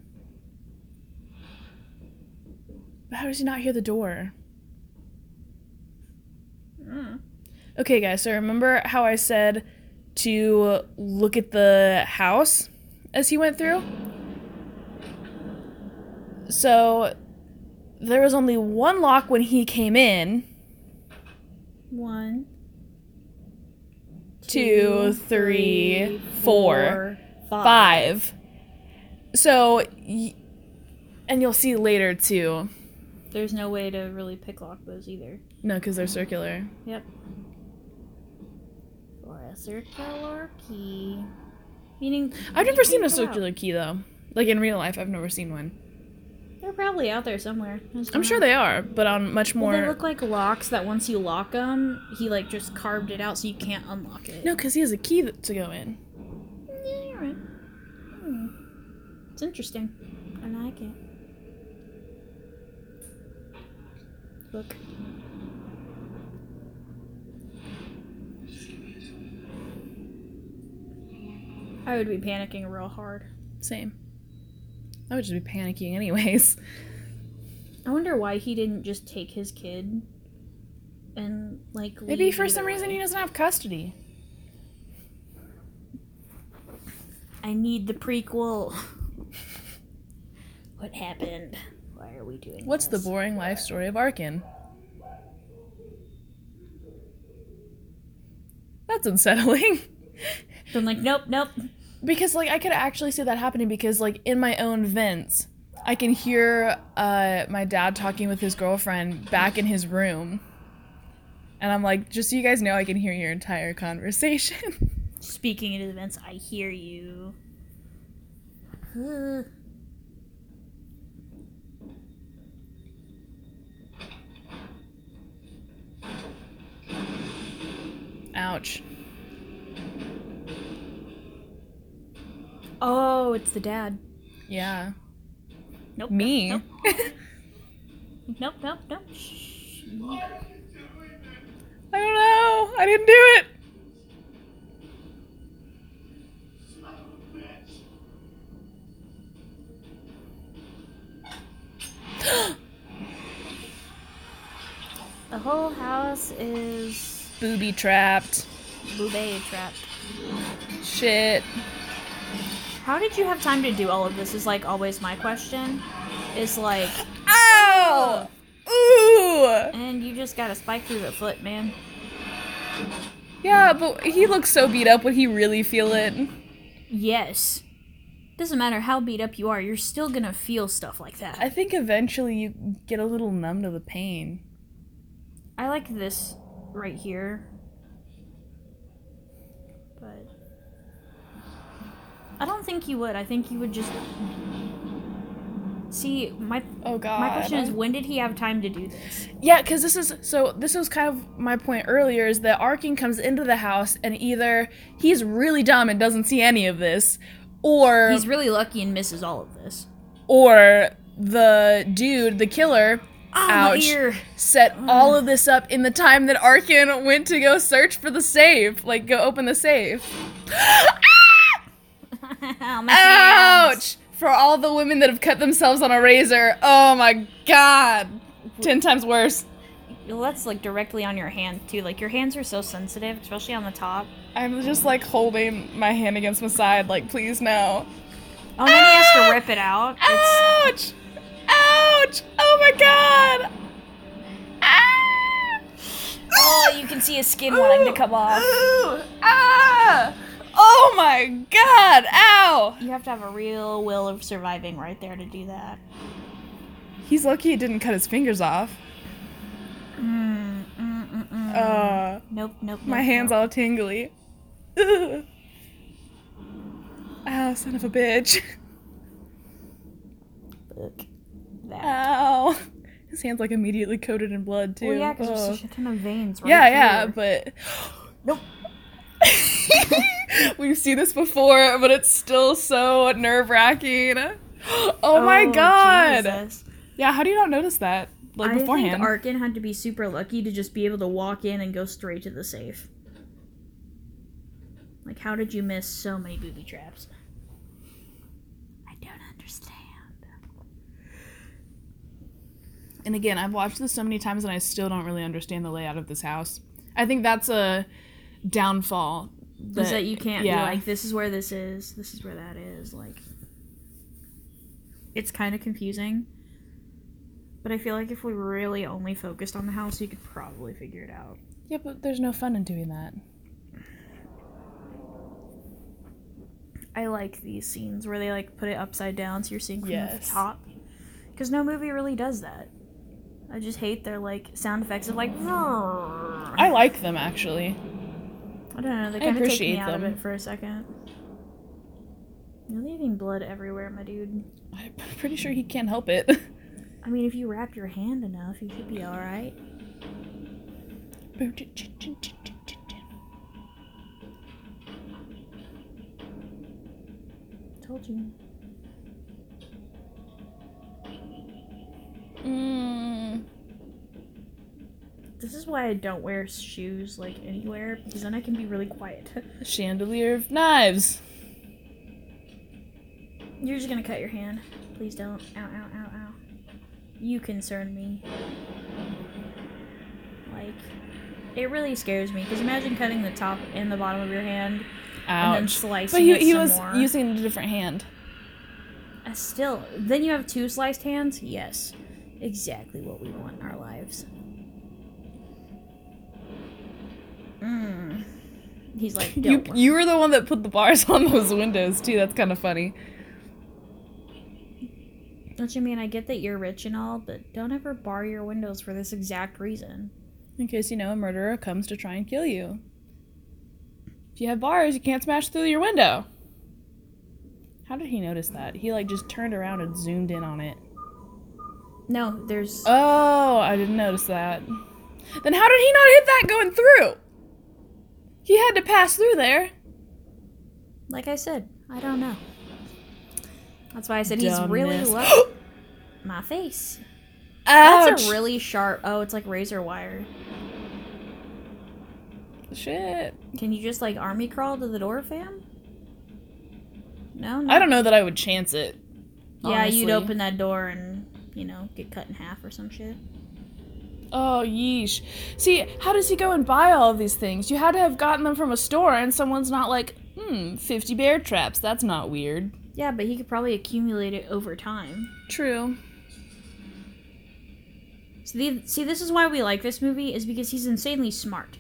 S1: How does he not hear the door?
S2: Mm.
S1: Okay, guys, so remember how I said to look at the house as he went through? So there was only one lock when he came in.
S2: One,
S1: Two, three, four, five. So, y- and you'll see later too.
S2: There's no way to really pick lock those either.
S1: No, because they're circular.
S2: Yep. Or a circular key. Meaning
S1: I've never seen a
S2: can't go out.
S1: circular key though. Like in real life, I've never seen one.
S2: they're probably out there somewhere.
S1: I'm sure they are, but on much more.
S2: Well, they look like locks that once you lock them, he like just carved it out so you can't unlock it.
S1: No, because he has a key th- to go in.
S2: Yeah, you're right. Hmm. It's interesting. I like it. Look. I would be panicking real hard.
S1: Same. I would just be panicking anyways.
S2: I wonder why he didn't just take his kid and like
S1: Maybe
S2: leave
S1: for
S2: either
S1: some reason
S2: way.
S1: he doesn't have custody.
S2: I need the prequel. what happened? Why are we doing
S1: What's the
S2: this?
S1: boring life story of Arkin? That's unsettling.
S2: I'm like, nope, nope.
S1: because like I could actually see that happening because like in my own vents, I can hear uh, my dad talking with his girlfriend back in his room. And I'm like, just so you guys know, I can hear your entire conversation.
S2: Speaking into the vents, I hear you. Ugh.
S1: Ouch.
S2: Oh, it's the dad.
S1: Yeah.
S2: Nope.
S1: Me.
S2: Nope, nope, nope. nope. Shh.
S1: I don't know. I didn't do it.
S2: The whole house is
S1: Booby trapped.
S2: boobay trapped.
S1: Shit.
S2: How did you have time to do all of this? Is like always my question. Is like,
S1: Ow! Ooh!
S2: and you just got a spike through the foot, man.
S1: Yeah, but he looks so beat up. Would he really feel it?
S2: Yes. Doesn't matter how beat up you are, you're still gonna feel stuff like that.
S1: I think eventually you get a little numb to the pain.
S2: I like this right here. But. I don't think you would. I think you would just. See, my
S1: Oh god.
S2: my question is when did he have time to do this?
S1: Yeah, because this is so. This was kind of my point earlier is that Arkin comes into the house and either he's really dumb and doesn't see any of this, or
S2: He's really lucky and misses all of this.
S1: or the dude, the killer,
S2: Oh,
S1: Ouch.
S2: my ear!
S1: set all of this up in the time that Arkin went to go search for the safe, like go open the safe.
S2: Ow, my hands.
S1: Ouch! For all the women that have cut themselves on a razor, oh my god, ten times worse.
S2: Well, that's like directly on your hand too. Like your hands are so sensitive, especially on the top.
S1: I'm just like holding my hand against my side, like please no.
S2: Oh, and then he has
S1: Ah!
S2: to rip it out.
S1: Ouch!
S2: It's
S1: Ouch! Oh my god! Ah!
S2: Oh, you can see his skin wanting to come off.
S1: Ooh! Ah! Oh my god! Ow!
S2: You have to have a real will of surviving right there to do that.
S1: He's lucky he didn't cut his fingers off.
S2: Mm, mm, mm, mm.
S1: Uh,
S2: nope, nope.
S1: my
S2: nope,
S1: hands
S2: nope.
S1: all tingly. Ugh. I Ow, Ah, son of a bitch.
S2: Look. That.
S1: Ow. His hand's like immediately coated in blood too.
S2: well, yeah, because there's
S1: Ugh.
S2: such a ton of veins right
S1: yeah, yeah,
S2: here.
S1: but
S2: Nope.
S1: We've seen this before, but it's still so nerve wracking. Oh, my god!
S2: Jesus.
S1: Yeah, how do you not notice that like
S2: I
S1: beforehand?
S2: think Arkin had to be super lucky to just be able to walk in and go straight to the safe. Like, how did you miss so many booby traps? I don't understand.
S1: and again, I've watched this so many times, and I still don't really understand the layout of this house. I think that's a downfall.
S2: Is that you can't
S1: yeah.
S2: be like, this is where this is, this is where that is. Like, it's kind of confusing. But I feel like if we really only focused on the house, you could probably figure it out.
S1: Yeah, but there's no fun in doing that.
S2: I like these scenes where they like put it upside down so you're seeing from
S1: Yes.
S2: the top. Because no movie really does that. I just hate their like sound effects of like. I,
S1: I like them actually.
S2: don't know. They
S1: I
S2: kind of take
S1: appreciate
S2: me out of
S1: them.
S2: it for a second. You're leaving blood everywhere, my dude.
S1: I'm pretty sure he can't help it.
S2: I mean, if you wrap your hand enough, you should be all right. Told you.
S1: Mm.
S2: This is why I don't wear shoes like anywhere because then I can be really quiet.
S1: Chandelier of knives.
S2: You're just gonna cut your hand. Please don't. Ow, ow, ow, ow. You concern me. Like, it really scares me. Because imagine cutting the top and the bottom of your hand and then
S1: Ouch.
S2: slicing
S1: But he,
S2: it
S1: he
S2: some
S1: was
S2: more.
S1: using a different hand.
S2: Uh, still, then you have two sliced hands? Yes. Exactly what we want in our lives. Mm. He's like,
S1: You
S2: don't.
S1: you were the one that put the bars on those windows too. That's kind of funny.
S2: Don't you mean I get that you're rich and all, but don't ever bar your windows for this exact reason.
S1: In case you know a murderer comes to try and kill you. If you have bars, you can't smash through your window. How did he notice that? He like just turned around and zoomed in on it.
S2: No, there's.
S1: Oh, I didn't notice that. Then how did he not hit that going through? He had to pass through there.
S2: Like I said, I don't know. That's why I said he's
S1: Dumb
S2: really
S1: miss.
S2: low. My face. That's
S1: Ouch.
S2: a really sharp. Oh, it's like razor wire.
S1: Shit.
S2: Can you just like army crawl to the door, fam? No, no.
S1: I don't know that I would chance it.
S2: Yeah, you'd
S1: honestly.
S2: open that door and you know get cut in half or some shit.
S1: Oh, yeesh. See, how does he go and buy all of these things? You had to have gotten them from a store, and someone's not like, hmm, 50 bear traps. That's not weird.
S2: Yeah, but he could probably accumulate it over time.
S1: True.
S2: So the, see, this is why we like this movie is because he's insanely smart.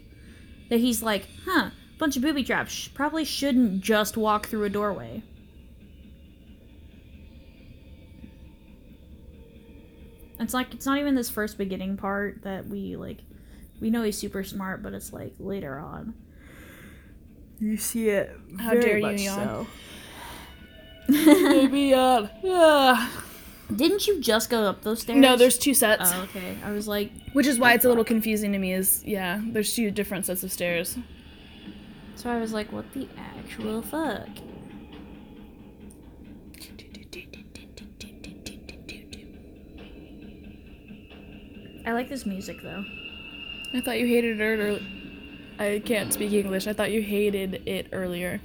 S2: That he's like, huh, bunch of booby traps. Sh- Probably shouldn't just walk through a doorway. It's like it's not even this first beginning part that we like. We know he's super smart, but it's like later on. You see it.
S1: How dare you yawn. Maybe, uh, yeah.
S2: Didn't you just go up those stairs?
S1: No, there's two sets.
S2: Oh, okay. I was like,
S1: Which is why it's a little confusing to me, is, yeah, there's two different sets of stairs.
S2: so I was like, what the actual fuck? I like this music though.
S1: I thought you hated it earlier. I can't speak English. I thought you hated it earlier.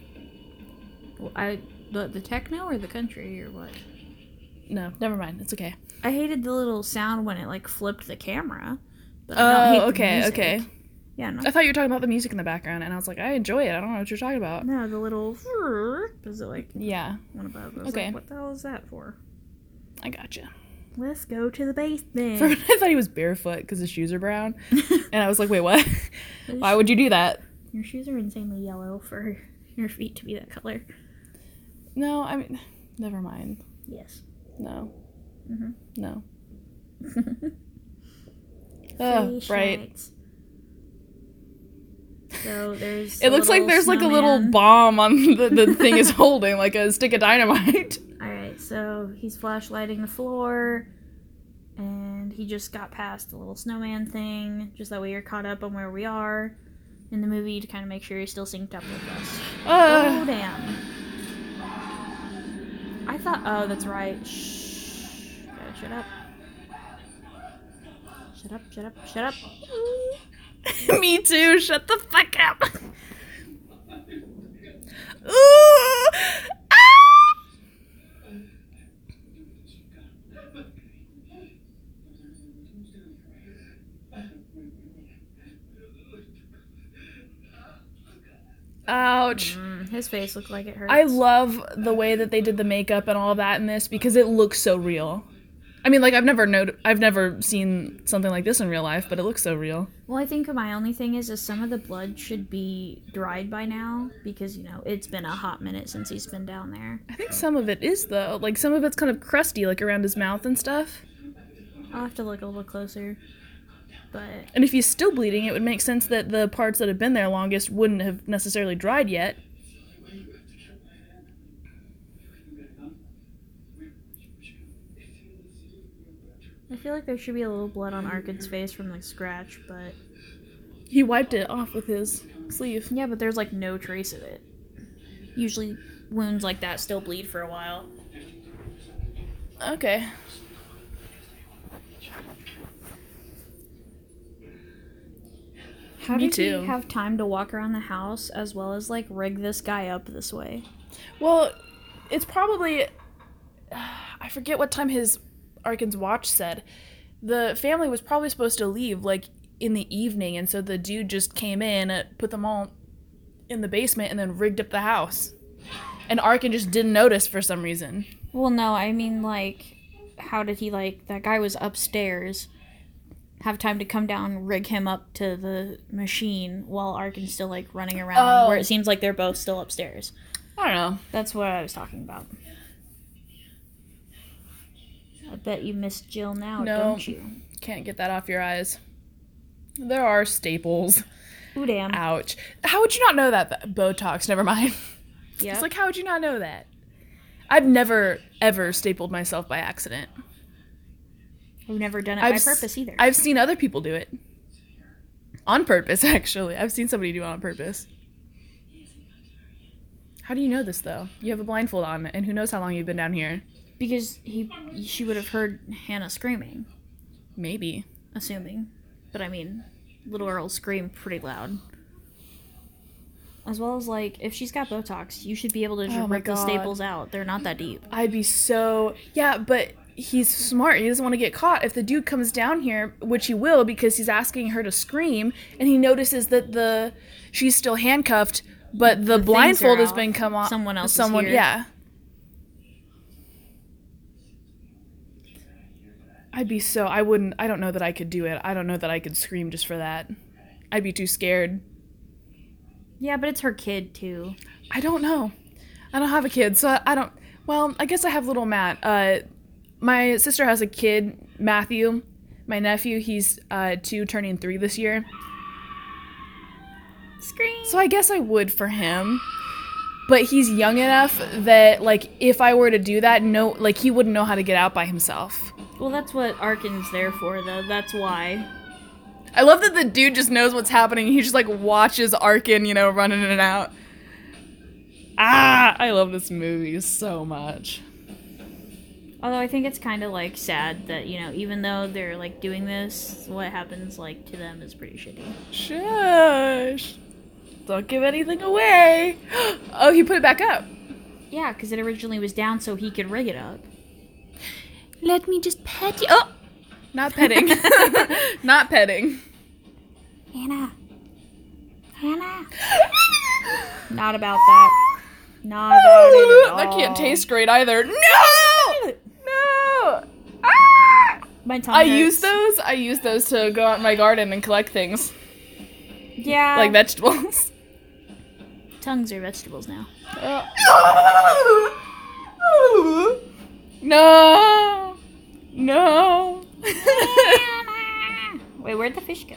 S2: Well, I the, the techno or the country or what?
S1: No, never mind. It's okay.
S2: I hated the little sound when it like flipped the camera. But I don't hate
S1: Oh,
S2: the
S1: okay,
S2: music.
S1: okay.
S2: Yeah, no,
S1: I thought you were talking about the music in the background, and I was like, I enjoy it. I don't know what you're talking about.
S2: no, the little was it like
S1: Yeah,
S2: one above? I was
S1: Okay.
S2: Like, what the hell is that for?
S1: I gotcha.
S2: Let's go to the
S1: For a
S2: basement.
S1: minute, I thought he was barefoot because his shoes are brown, and I was like, wait, what? Why would you do that?
S2: Your shoes are insanely yellow for your feet to be that color.
S1: No, I mean, never mind.
S2: Yes.
S1: No, Mm-hmm.
S2: Mhm.
S1: no. Ugh,
S2: Three
S1: Oh, Ah, bright.
S2: stripes.
S4: So there's.
S1: It looks like there's like a little bomb on the, the thing is holding, like a stick of dynamite.
S4: All right, so he's flashlighting the floor, and he just got past the little snowman thing. Just that way, you're caught up on where we are in the movie to kind of make sure you're still synced up with us.
S1: Uh,
S4: Oh damn! I thought. Oh, that's right. Shh. Gotta shut up. Shut up. Shut up. Shut up.
S1: me too. Shut the fuck up. Ooh. Ah! Ouch.
S4: Mm, his face looked like it hurt.
S1: I love the way that they did the makeup and all of that in this because it looks so real. I mean, like I've never know I've never seen something like this in real life, but it looks so real.
S4: Well, I think my only thing is, is some of the blood should be dried by now because you know it's been a hot minute since he's been down there.
S1: I think some of it is though. Like some of it's kind of crusty, like around his mouth and stuff.
S4: I'll have to look a little closer, but
S1: And if he's still bleeding, it would make sense that the parts that have been there longest wouldn't have necessarily dried yet.
S4: I feel like there should be a little blood on Arkad's face from the scratch. But
S1: He wiped it off with his sleeve.
S4: yeah, but there's like no trace of it. Usually, wounds like that still bleed for a while.
S1: Okay.
S4: How
S1: Me
S4: did
S1: too.
S4: he have time to walk around the house as well as like rig this guy up this way?
S1: Well, it's probably I forget what time his Arkin's watch said. The family was probably supposed to leave like in the evening, and so the dude just came in, uh, put them all in the basement, and then rigged up the house. And Arkin just didn't notice for some reason.
S2: Well, no, I mean, like, how did he, like, that guy was upstairs, have time to come down, and rig him up to the machine while Arkin's still, like, running around,
S1: Oh.
S2: where it seems like they're both still upstairs.
S1: I don't know.
S2: That's what I was talking about.
S4: I bet you miss Jill now,
S1: No.
S4: don't you?
S1: Can't get that off your eyes. There are staples.
S4: Ooh damn!
S1: Ouch. How would you not know that? th- Botox, never mind.
S4: Yeah.
S1: It's like, how would you not know that? I've never, ever stapled myself by accident.
S2: I've never done it
S1: I've
S2: by
S1: s-
S2: purpose either.
S1: I've seen other people do it. On purpose, actually. I've seen somebody do it on purpose. How do you know this, though? You have a blindfold on, and who knows how long you've been down here?
S2: because he, she would have heard Hannah screaming,
S1: Maybe.
S2: assuming. But I mean, little Earl screamed pretty loud. As well as, like, if she's got Botox, you should be able to just
S1: Oh my
S2: rip the
S1: God.
S2: staples out. They're not that deep.
S1: I'd be so. Yeah, but he's smart. He doesn't want to get caught. If the dude comes down here, which he will because he's asking her to scream, and he notices that the she's still handcuffed, but the, blindfold has
S2: off.
S1: been come off.
S2: Someone else is
S1: Someone.
S2: here.
S1: Yeah. I'd be so. I wouldn't. I don't know that I could do it. I don't know that I could scream just for that. I'd be too scared.
S2: Yeah, but it's her kid too.
S1: I don't know. I don't have a kid, so I- I don't. Well, I guess I have little Matt. Uh, my sister has a kid, Matthew. My nephew, he's uh, two, turning three this year.
S2: Scream.
S1: So I guess I would for him. But he's young enough that, like, if I were to do that, no, like, he wouldn't know how to get out by himself.
S2: Well, that's what Arkin's there for, though. That's why.
S1: I love that the dude just knows what's happening. He just, like, watches Arkin, you know, running in and out. Ah, I love this movie so much.
S2: Although I think it's kind of like sad that you know, even though they're like doing this, what happens like to them is pretty shitty.
S1: Shush. Don't give anything away. Oh, he put it back up.
S2: Yeah, because it originally was down so he could rig it up.
S4: Let me just pet you. Oh,
S1: Not petting. Not petting.
S4: Hannah. Hannah.
S2: Not about that. Not about it at
S1: that
S2: all.
S1: can't taste great either. No! No! Ah!
S2: My tongue
S1: I
S2: hurts.
S1: use those. I use those to go out in my garden and collect things
S2: Yeah.
S1: like vegetables.
S2: Tongues are vegetables now.
S1: No! No!
S2: Wait, where'd the fish go?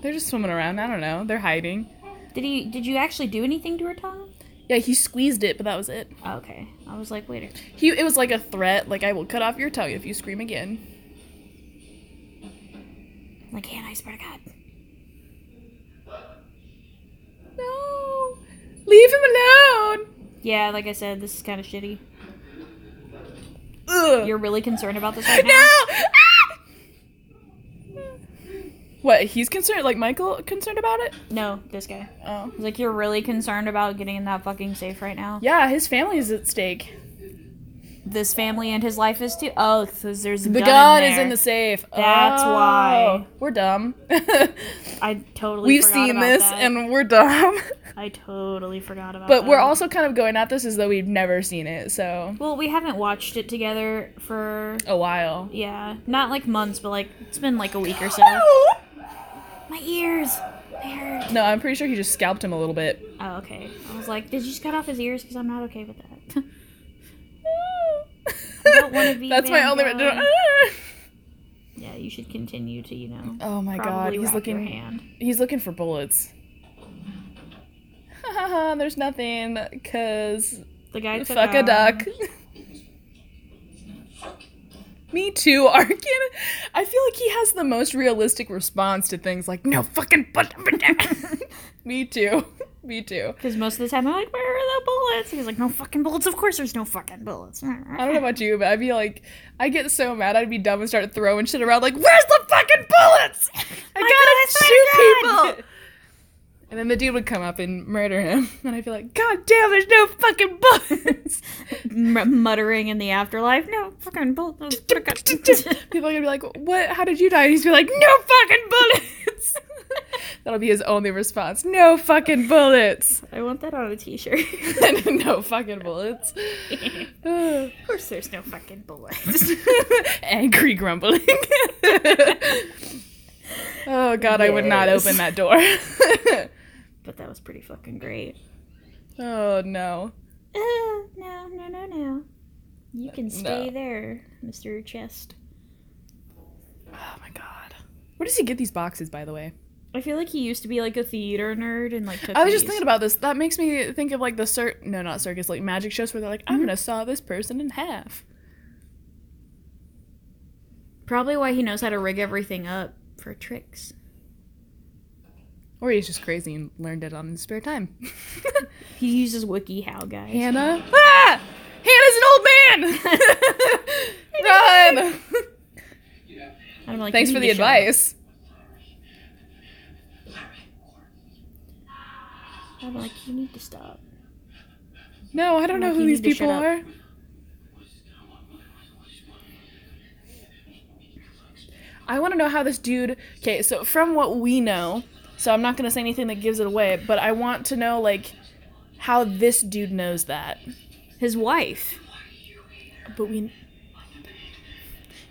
S1: They're just swimming around. I don't know. They're hiding.
S2: Did he? Did you actually do anything to her tongue? Oh,
S1: Yeah, he squeezed it, but that was it.
S2: Okay, I was like, wait. a-
S1: He it was like a threat, like I will cut off your tongue if you scream again.
S2: Like, Hannah, I swear to God.
S1: No. Leave him alone.
S2: Yeah, like I said, this is kind of shitty.
S1: Ugh.
S2: You're really concerned about this right
S1: no.
S2: now.
S1: Ah! What? He's concerned like Michael concerned about it?
S2: No, this guy.
S1: Oh.
S2: I was like, you're really concerned about getting in that fucking safe right now.
S1: Yeah, his family is at stake.
S2: This family and his life is too. Oh, because there's a
S1: The
S2: gun,
S1: gun,
S2: in
S1: is
S2: there.
S1: in the safe. Oh.
S2: That's why.
S1: We're dumb.
S2: I totally.
S1: We've
S2: forgot
S1: seen
S2: about
S1: this
S2: that.
S1: and we're dumb.
S2: I totally forgot about.
S1: but we're
S2: that.
S1: also kind of going at this as though we've never seen it, so
S2: Well, we haven't watched it together for
S1: a while.
S2: yeah, not like months, but like it's been like a week or so. My ears. They hurt.
S1: No, I'm pretty sure he just scalped him a little bit.
S2: Oh, okay. I was like, did you just cut off his ears? Because I'm not okay with that. don't wanna be
S1: That's my
S2: Van
S1: only.
S2: Gogh. yeah, you should continue to you know.
S1: oh my god,
S2: probably
S1: he's
S2: wrap Your
S1: looking.
S2: hand.
S1: He's looking for bullets. Ha ha ha! There's nothing, cause
S2: The guy took
S1: fuck a
S2: out-
S1: duck. Me too, Arkin. I feel like he has the most realistic response to things like no fucking but. Me too. Me too.
S2: Because most of the time I'm like, where are the bullets? He's like, no fucking bullets. Of course there's no fucking bullets.
S1: I don't know about you, but I'd be like, I get so mad, I'd be dumb and start throwing shit around, like, where's the fucking bullets? I gotta shoot people! And then the dude would come up and murder him, and I'd be like, God damn, there's no fucking bullets!
S2: M- muttering in the afterlife. No fucking bullets.
S1: people are gonna be like, What? How did you die? And he's be like, No fucking bullets! That'll be his only response. No fucking bullets!
S2: I want that on a t-shirt.
S1: no fucking bullets.
S2: of course there's no fucking bullets.
S1: Angry grumbling. oh god, I would not
S2: Yes.
S1: open that door.
S2: But that was pretty fucking great.
S1: oh no.
S2: Uh, no, no, no, no. You can stay there, Mr. Chest.
S1: Oh my god. Where does he get these boxes by the way?
S2: I feel like he used to be like a theater nerd and like took
S1: I was just
S2: these-
S1: thinking about this. That makes me think of like the cir no not circus, like magic shows where they're like, I'm gonna saw this person in half.
S2: probably why he knows how to rig everything up for tricks.
S1: Or he's just crazy and learned it on his spare time.
S2: He uses WikiHow guys.
S1: Hannah. Ah! Hannah's an old man! Run!
S2: I'm like,
S1: Thanks
S2: "You
S1: for
S2: need
S1: the
S2: to shut up."
S1: advice.
S2: I'm like, you need to stop.
S1: No, I don't know
S2: Like,
S1: who
S2: you
S1: these
S2: need to shut
S1: people
S2: up.
S1: are. I want to know how this dude. Okay, so from what we know, so I'm not going to say anything that gives it away, but I want to know, like, how this dude knows that.
S2: His wife.
S1: But we.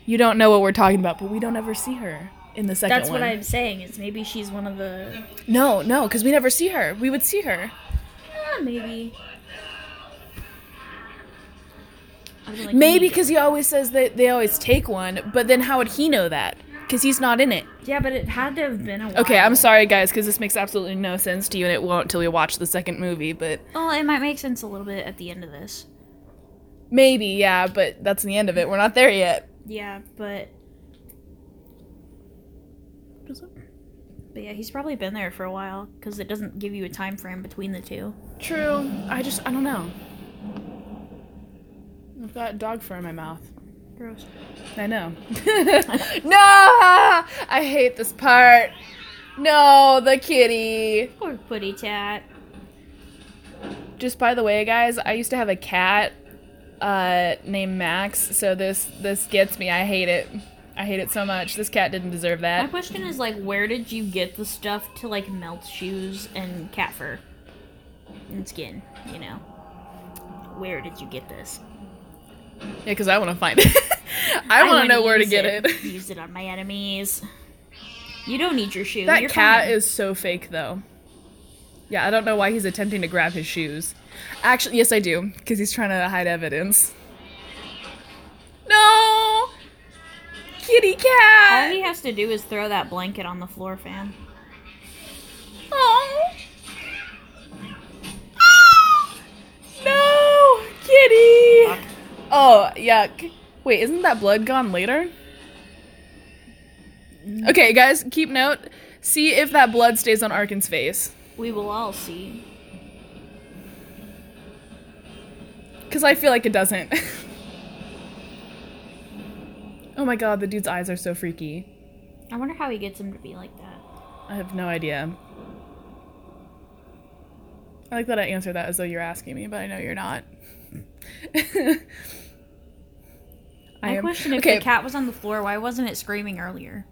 S1: You don't know what we're talking about, but we don't ever see her in the second
S2: That's
S1: one.
S2: what I'm saying. Is maybe she's one of the.
S1: No, no, because we never see her. We would see her.
S2: Ah, maybe. I'd be like,
S1: Maybe
S2: "You need
S1: because he always says that they always take one, but then how would he know that? Because he's not in it.
S2: to-" Yeah, but it had to have been a. While.
S1: Okay, I'm sorry, guys, because this makes absolutely no sense to you, and it won't till we watch the second movie. But
S2: Well, it might make sense a little bit at the end of this.
S1: maybe, yeah. But that's the end of it. We're not there yet.
S2: Yeah, but. But yeah, he's probably been there for a while because it doesn't give you a time frame between the two.
S1: True. I just I don't know. I've got dog fur in my mouth.
S2: Gross.
S1: I know. no, I hate this part. No, the kitty.
S2: Poor Putty Tat.
S1: just by the way, guys, I used to have a cat uh, named Max, so this this gets me. I hate it. I hate it so much. This cat didn't deserve
S2: My
S1: that.
S2: question is like, where did you get the stuff to like melt shoes and cat fur and skin? You know, where did you get this?
S1: Yeah, because I want to find it. I want to
S2: wanna
S1: know where to
S2: use
S1: get it.
S2: Use it on my enemies. You don't need your shoe.
S1: That
S2: You're
S1: cat
S2: fine.
S1: is so fake, though. Yeah, I don't know why he's attempting to grab his shoes. Actually, yes, I do, because he's trying to hide evidence. No, kitty
S2: All
S1: cat.
S2: he has to do is throw that blanket on the floor, fam.
S1: Oh! Ah! Oh, yuck. Wait, isn't that blood gone later?
S2: Mm.
S1: Okay, guys, keep note. See if that blood stays on Arkin's face.
S2: We will all see.
S1: Because I feel like it doesn't. oh my god, the dude's eyes are so freaky.
S2: I wonder how he gets him to be like that.
S1: I have no idea. I like that I answer that as though you're asking me, but I know you're not.
S2: My question: If
S1: okay,
S2: the cat was on the floor, why wasn't it screaming earlier?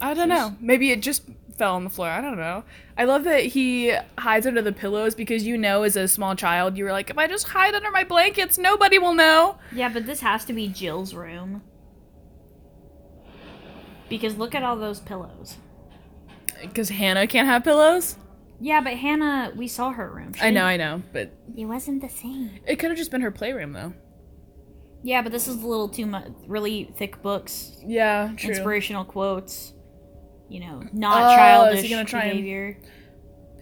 S1: I don't know. Maybe it just fell on the floor. I don't know. I love that he hides under the pillows because you know, as a small child, you were like, if I just hide under my blankets, nobody will know.
S2: Yeah, but this has to be Jill's room. Because look at all those pillows.
S1: Because Hannah can't have pillows.
S2: Yeah, but Hannah, we saw her room. She
S1: I know, I know, but
S2: didn't- It wasn't the same.
S1: it could have just been her playroom, though.
S2: Yeah, but this is a little too much. Really thick books,
S1: Yeah, true.
S2: inspirational quotes. You know, not
S1: Oh, is he
S2: childish
S1: gonna try and-
S2: behavior.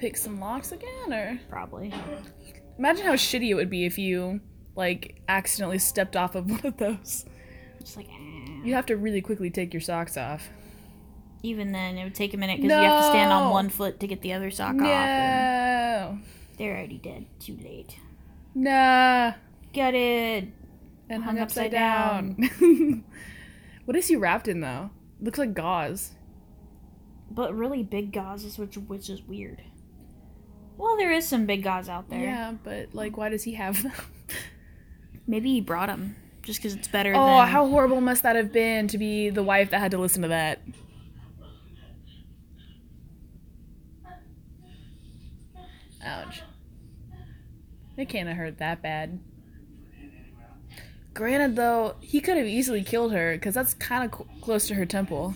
S1: Pick some locks again, or
S2: Probably.
S1: imagine how shitty it would be if you like accidentally stepped off of one of those.
S2: Just like. eh.
S1: You have to really quickly take your socks off.
S2: Even then, it would take a minute because you have to stand
S1: No.
S2: on one foot to get the other sock off. and
S1: No,
S2: They're already dead. Too late.
S1: no,
S2: Got it.
S1: and hung,
S2: Hung
S1: upside,
S2: upside
S1: down. what is he wrapped in though? Looks like gauze.
S2: But really big gauzes, which which is weird. Well, there is some big gauze out there.
S1: Yeah, but like, why does he have them?
S2: Maybe he brought them just because it's better.
S1: Oh,
S2: than...
S1: how horrible must that have been to be the wife that had to listen to that? Ouch. It can't have hurt that bad. Granted, though, he could have easily killed her because that's kind of cl- close to her temple.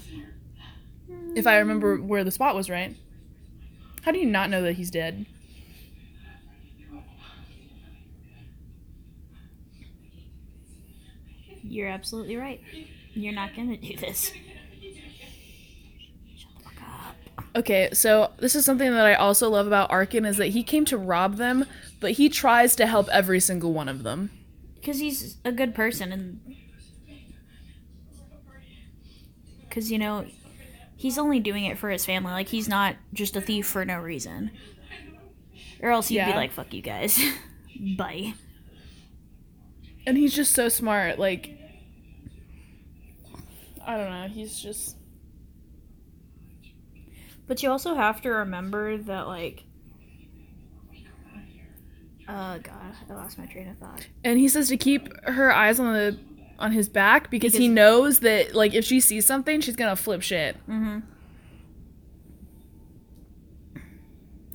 S1: If I remember where the spot was, right? How do you not know that he's dead?
S2: You're absolutely right. You're not gonna do this. Shut the fuck up.
S1: Okay, so this is something that I also love about Arkin is that he came to rob them, but he tries to help every single one of them.
S2: Because he's a good person and. Because, you know, he's only doing it for his family. Like, he's not just a thief for no reason. Or else he'd be
S1: Yeah.
S2: like, fuck you guys. Bye.
S1: And he's just so smart, like I don't know, he's just
S2: But you also have to remember that, like. Oh, God. I lost my train of thought.
S1: and he says to keep her eyes on the on his back because, he
S2: Because-
S1: knows that like if she sees something, she's going to flip shit.
S2: Mm hmm.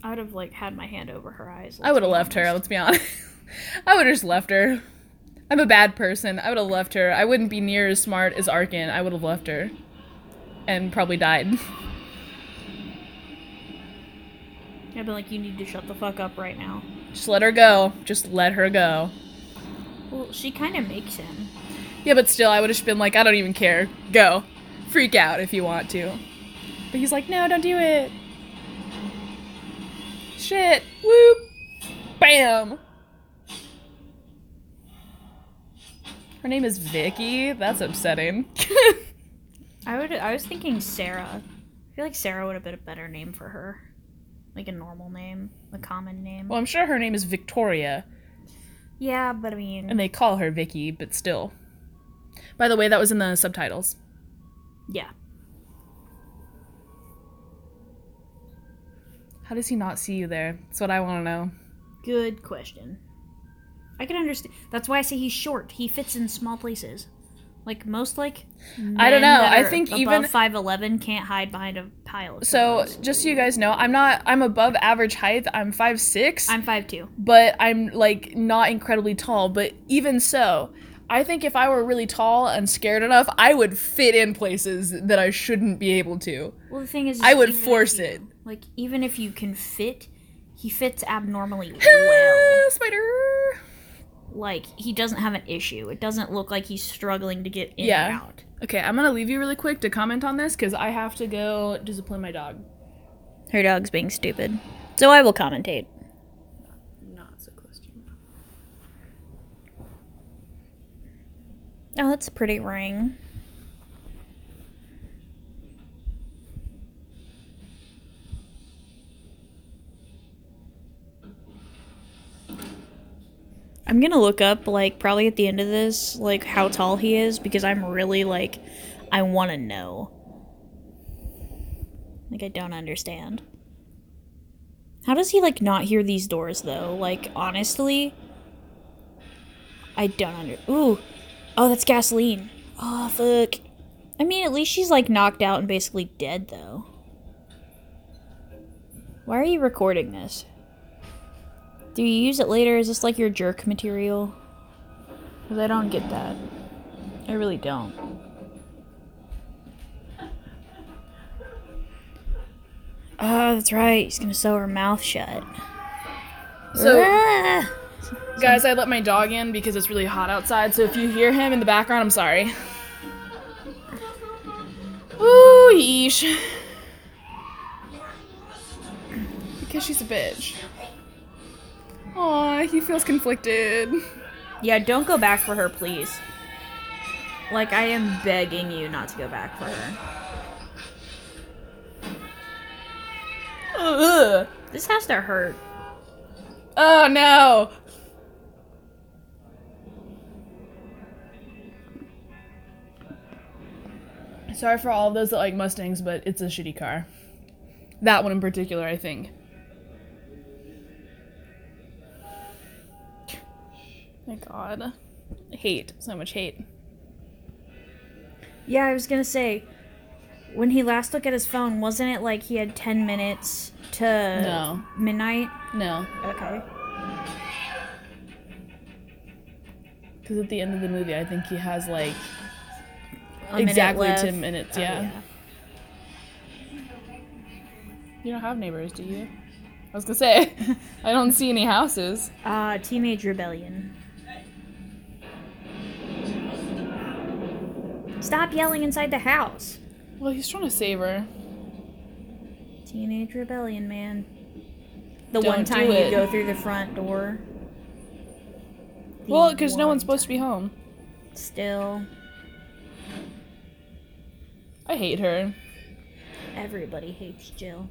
S2: I would have, like, had my hand over her eyes.
S1: I would have left her, let's be honest. I would have just left her. I'm a bad person. I would have left her. I wouldn't be near as smart as Arkin. I would have left her and probably died.
S2: I'd been like, you need to shut the fuck up right now.
S1: Just let her go. Just let her go.
S2: Well, she kind of makes him.
S1: Yeah, but still, I would have just been like, I don't even care. Go. Freak out if you want to. But he's like, no, don't do it. Shit. Whoop. Bam. Her name is Vicky. That's upsetting.
S2: I would. I was thinking Sarah. I feel like Sarah would have been a better name for her, like a normal name, a common name.
S1: well, I'm sure her name is Victoria,
S2: yeah, but I mean,
S1: and they call her Vicky, but still. By the way, that was in the subtitles.
S2: yeah.
S1: How does he not see you there? That's what I want to know.
S2: Good question. I can understand. That's why I say he's short. He fits in small places. Like most, like
S1: I don't
S2: men
S1: know.
S2: that
S1: I
S2: are
S1: think
S2: above
S1: even-
S2: five eleven can't hide behind a pile. Of
S1: So,
S2: pillows.
S1: just so you guys know, I'm not. I'm above average height. I'm five six,
S2: I'm five two.
S1: but I'm like not incredibly tall. But even so, I think if I were really tall and scared enough, I would fit in places that I shouldn't be able to.
S2: Well, the thing is,
S1: I
S2: is
S1: would
S2: even if
S1: force
S2: you-
S1: it.
S2: Like even if you can fit, he fits abnormally well.
S1: Ah, spider.
S2: Like he doesn't have an issue. It doesn't look like he's struggling to get in
S1: Yeah.
S2: or out.
S1: Okay, I'm gonna leave you really quick to comment on this because I have to go discipline my dog.
S2: Her dog's being stupid. So I will commentate.
S1: Not so close to you.
S2: Oh, that's a pretty ring. I'm gonna look up like probably at the end of this like how tall he is because I'm really like I want to know. Like I don't understand. How does he like not hear these doors though? Like honestly, I don't under. Ooh, oh that's gasoline. Oh fuck. I mean, at least she's like knocked out and basically dead though. Why are you recording this? Do you use it later? Is this like your jerk material? Because I don't get that. I really don't. Oh, that's right. He's gonna sew her mouth shut.
S1: So,
S2: Ah!
S1: guys, I let my dog in because it's really hot outside. So if you hear him in the background, I'm sorry. Ooh, yeesh. Because she's a bitch. Aw, he feels conflicted.
S2: Yeah, don't go back for her, please. Like, I am begging you not to go back for her.
S1: Ugh.
S2: This has to hurt.
S1: Oh no. Sorry for all of those that like Mustangs, but it's a shitty car. That one in particular, I think. My god. Hate. So much hate.
S2: Yeah, I was gonna say, when he last looked at his phone, wasn't it like he had 10 minutes to
S1: No.
S2: midnight?
S1: No.
S2: Okay.
S1: Because at the end of the movie, I think he has like
S2: A minute
S1: exactly
S2: left.
S1: 10 minutes.
S2: Oh,
S1: yeah. You don't have neighbors, do you? I was gonna say, I don't see any houses.
S2: yeah. Uh, Teenage Rebellion. Stop yelling inside the house.
S1: Well, he's trying to save her.
S2: Teenage Rebellion, man. The
S1: Don't
S2: one
S1: do
S2: time
S1: it.
S2: you go through the front door. The
S1: Well, because no
S2: one
S1: one's supposed to be home.
S2: time. Still,
S1: I hate her.
S2: everybody hates Jill.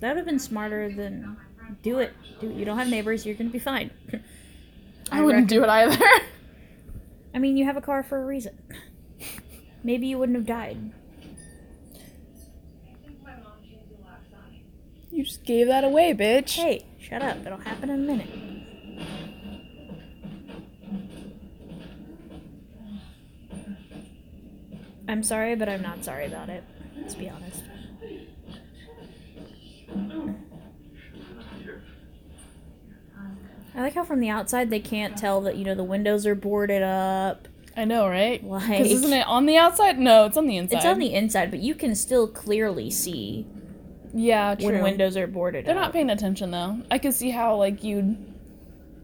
S2: That would have been smarter than do it. Do it. You don't have neighbors. You're gonna be fine.
S1: I, wouldn't do it either.
S2: I mean, you have a car for a reason. Maybe you wouldn't have died.
S1: You just gave that away, bitch.
S2: Hey, shut up. It'll happen in a minute. I'm sorry, but I'm not sorry about it. Let's be honest. I like how from the outside they can't tell that, you know, the windows are boarded up.
S1: I know, right?
S2: Like,
S1: 'Cause isn't it on the outside? No, it's on the inside.
S2: it's on the inside, but you can still clearly see
S1: yeah, true.
S2: when windows are boarded
S1: They're
S2: up.
S1: not paying attention though. I could see how like you'd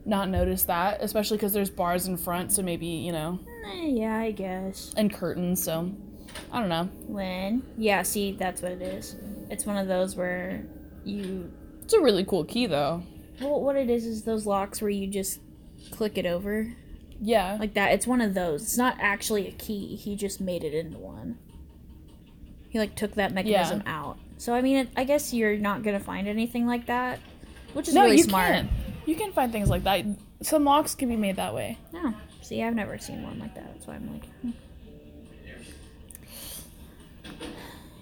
S1: not notice that, especially because there's bars in front, so maybe you know,
S2: Eh, yeah, I guess.
S1: and curtains. So I don't know.
S2: When? Yeah, see, that's what it is. It's one of those where you.
S1: It's a really cool key though.
S2: Well, what it is is those locks where you just click it over.
S1: Yeah.
S2: Like that. It's one of those. It's not actually a key. He just made it into one. He, like, took that mechanism out. So, I mean, it, I guess you're not going to find anything like that, which is
S1: no,
S2: really
S1: you
S2: smart.
S1: can. You can find things like that. Some locks can be made that way.
S2: No. See, I've never seen one like that. That's why I'm like. hmm.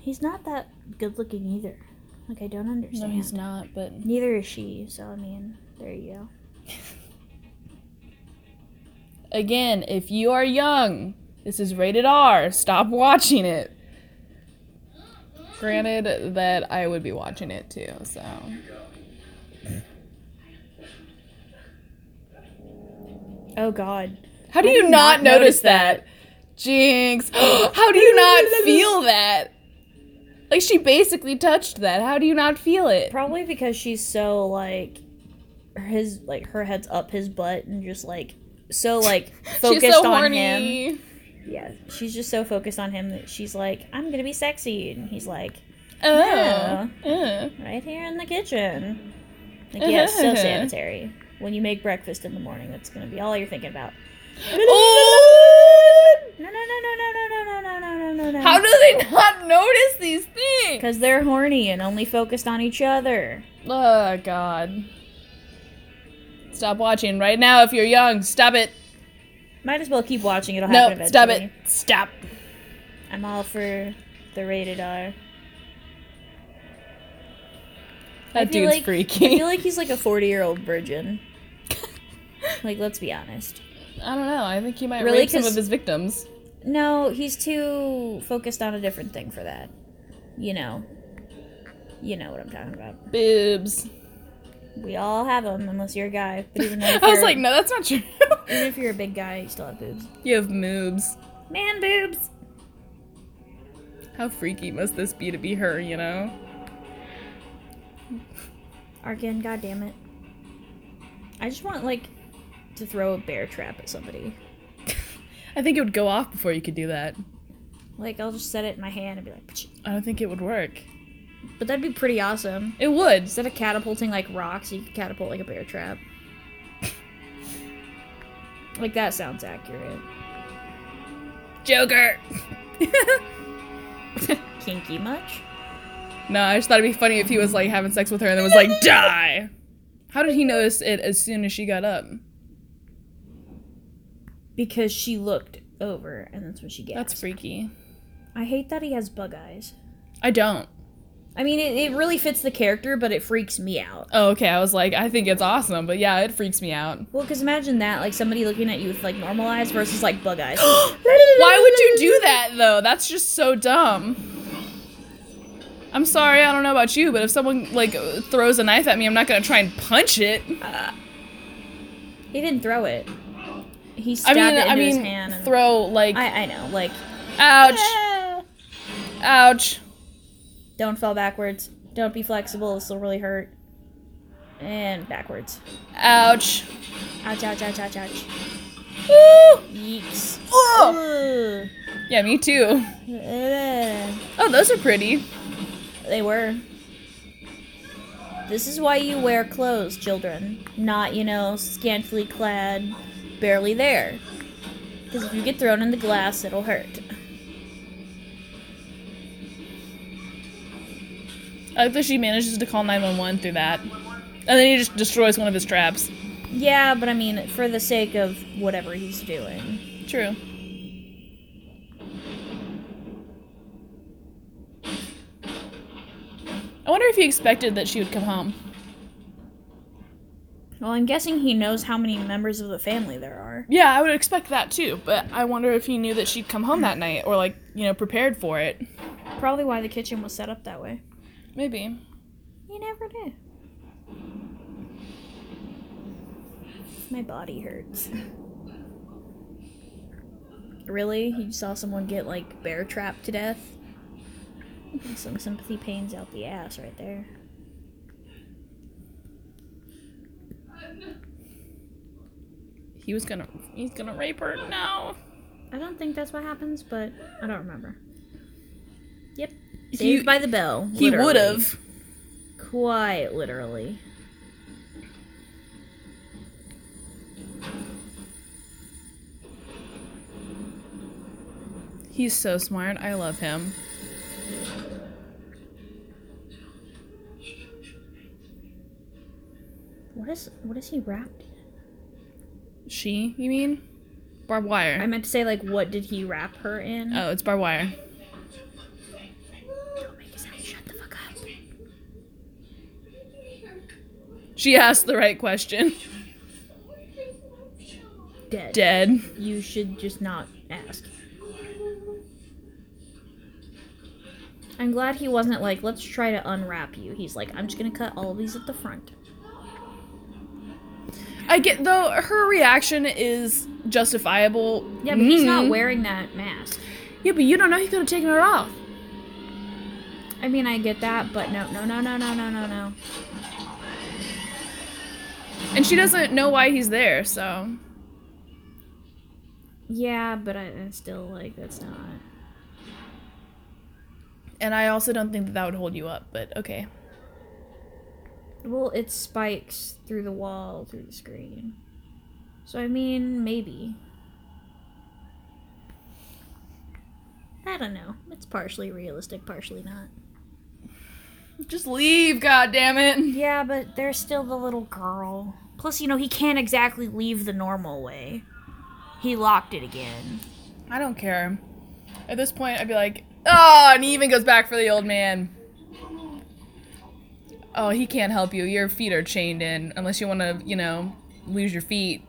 S2: He's not that good looking either. Like, I don't
S1: No,
S2: understand.
S1: he's not. But
S2: Neither is she, so I mean, there you go.
S1: Again, if you are young, this is rated R. Stop watching it. Granted that I would be watching it too, so.
S2: Oh god.
S1: How do you not
S2: notice
S1: notice that? Jinx. How do you not feel that? Like she basically touched that. How do you not feel it?
S2: Probably because she's so like his like her head's up his butt and just like so like focused
S1: She's so
S2: on him.
S1: horny.
S2: Yeah. She's just so focused on him that she's like, I'm gonna be sexy and he's like,
S1: Oh.
S2: Yeah.
S1: Uh.
S2: right here in the kitchen. Like yeah, it's so sanitary. When you make breakfast in the morning, that's gonna be all you're thinking about.
S1: Oh!
S2: No, no, no, no, no, no, no, no, no, no, no, no.
S1: How do they not notice these things?
S2: Because they're horny and only focused on each other.
S1: Oh god. Stop watching right now if you're young. Stop it.
S2: Might as well keep watching. It'll
S1: No,
S2: happen eventually.
S1: stop it. Stop.
S2: I'm all for the rated R.
S1: That
S2: I feel
S1: dude's
S2: like- I
S1: freaky.
S2: feel like he's like a 40 year old virgin. like, let's be honest.
S1: I don't know. I think he might
S2: Really?
S1: rape some
S2: 'Cause-
S1: of his victims.
S2: No, he's too focused on a different thing for that. You know. You know what I'm talking about.
S1: Boobs.
S2: We all have them, unless you're a guy. But even
S1: I
S2: if
S1: was
S2: you're-
S1: like, no, that's not true.
S2: even if you're a big guy, you still have boobs.
S1: you have moobs.
S2: Man boobs.
S1: How freaky must this be to be her, you know?
S2: Argan, goddamn it. I just want like to throw a bear trap at somebody.
S1: I think it would go off before you could do that.
S2: Like I'll just set it in my hand and be like, "Psh."
S1: I don't think it would work.
S2: but that'd be pretty awesome.
S1: It would.
S2: Instead of catapulting like rocks, you could catapult like a bear trap. like that sounds accurate.
S1: Joker!
S2: Kinky much?
S1: No, I just thought it'd be funny if he was like having sex with her and then was like, die! How did he notice it as soon as she got up?
S2: Because she looked over, and that's when she gasped.
S1: That's freaky.
S2: I hate that he has bug eyes.
S1: I don't.
S2: I mean, it, it really fits the character, but it freaks me out.
S1: Oh, okay. I was like, I think it's awesome, but yeah, it freaks me out.
S2: Well, because imagine that, like somebody looking at you with like normal eyes versus like bug eyes.
S1: Why would you do that though? That's just so dumb. I'm sorry, I don't know about you, but if someone like throws a knife at me, I'm not gonna try and punch it.
S2: he didn't throw it. He
S1: I
S2: stabbed
S1: mean,
S2: it into
S1: I
S2: his
S1: mean,
S2: hand. And,
S1: throw like,
S2: I I know, like "Ah!"
S1: ouch, ouch.
S2: don't fall backwards. Don't be flexible. This will really hurt. And backwards.
S1: Ouch.
S2: Ouch! Ouch! Ouch! Ouch! Ouch!
S1: Woo!
S2: Yeeks.
S1: Oh!
S2: Ugh.
S1: Yeah, me too.
S2: Ugh.
S1: Oh, those are pretty.
S2: They were. This is why you wear clothes, children. Not, you know, scantily clad, barely there. Because if you get thrown in the glass, it'll hurt.
S1: I like that she manages to call 911 through that. And then he just destroys one of his traps.
S2: Yeah, but I mean, for the sake of whatever he's doing.
S1: True. I wonder if he expected that she would come home.
S2: Well, I'm guessing he knows how many members of the family there are.
S1: Yeah, I would expect that too, but I wonder if he knew that she'd come home that night or, like, you know, prepared for it.
S2: Probably why the kitchen was set up that way.
S1: Maybe.
S2: You never do. My body hurts. Really? You saw someone get like bear trapped to death? Some sympathy pains out the ass right there.
S1: He was gonna. He's gonna rape her now.
S2: I don't think that's what happens, but I don't remember. Yep.
S1: He-
S2: Saved by the bell.
S1: He
S2: literally.
S1: would have.
S2: Quite literally.
S1: He's so smart. I love him.
S2: What is what is he wrapped in?
S1: She, you mean? Barbed wire.
S2: I meant to say like what did he wrap her in?
S1: oh, it's barbed wire.
S2: Don't make a sound. Shut the fuck up.
S1: She asked the right question.
S2: Dead.
S1: Dead.
S2: You should just not ask. I'm glad he wasn't like, let's try to unwrap you. He's like, I'm just gonna cut all of these at the front.
S1: I get though her reaction is justifiable.
S2: Yeah, but he's not
S1: Mhm.
S2: wearing that mask.
S1: Yeah, but you don't know he could have taken her off.
S2: I mean, I get that, but no, no, no, no, no, no, no, no.
S1: And she doesn't know why he's there, so
S2: Yeah, but I, I still like that's not.
S1: and I also don't think that that would hold you up, but okay.
S2: Well, it spikes through the wall, through the screen. So I mean, maybe.
S5: I don't know. It's partially realistic, partially not.
S1: Just leave, god damn it.
S2: Yeah, but there's still the little girl. Plus, you know, he can't exactly leave the normal way. He locked it again.
S1: I don't care. At this point, I'd be like, oh, and he even goes back for the old man. Oh, he can't help you. Your feet are chained in, unless you want to, you know, lose your feet.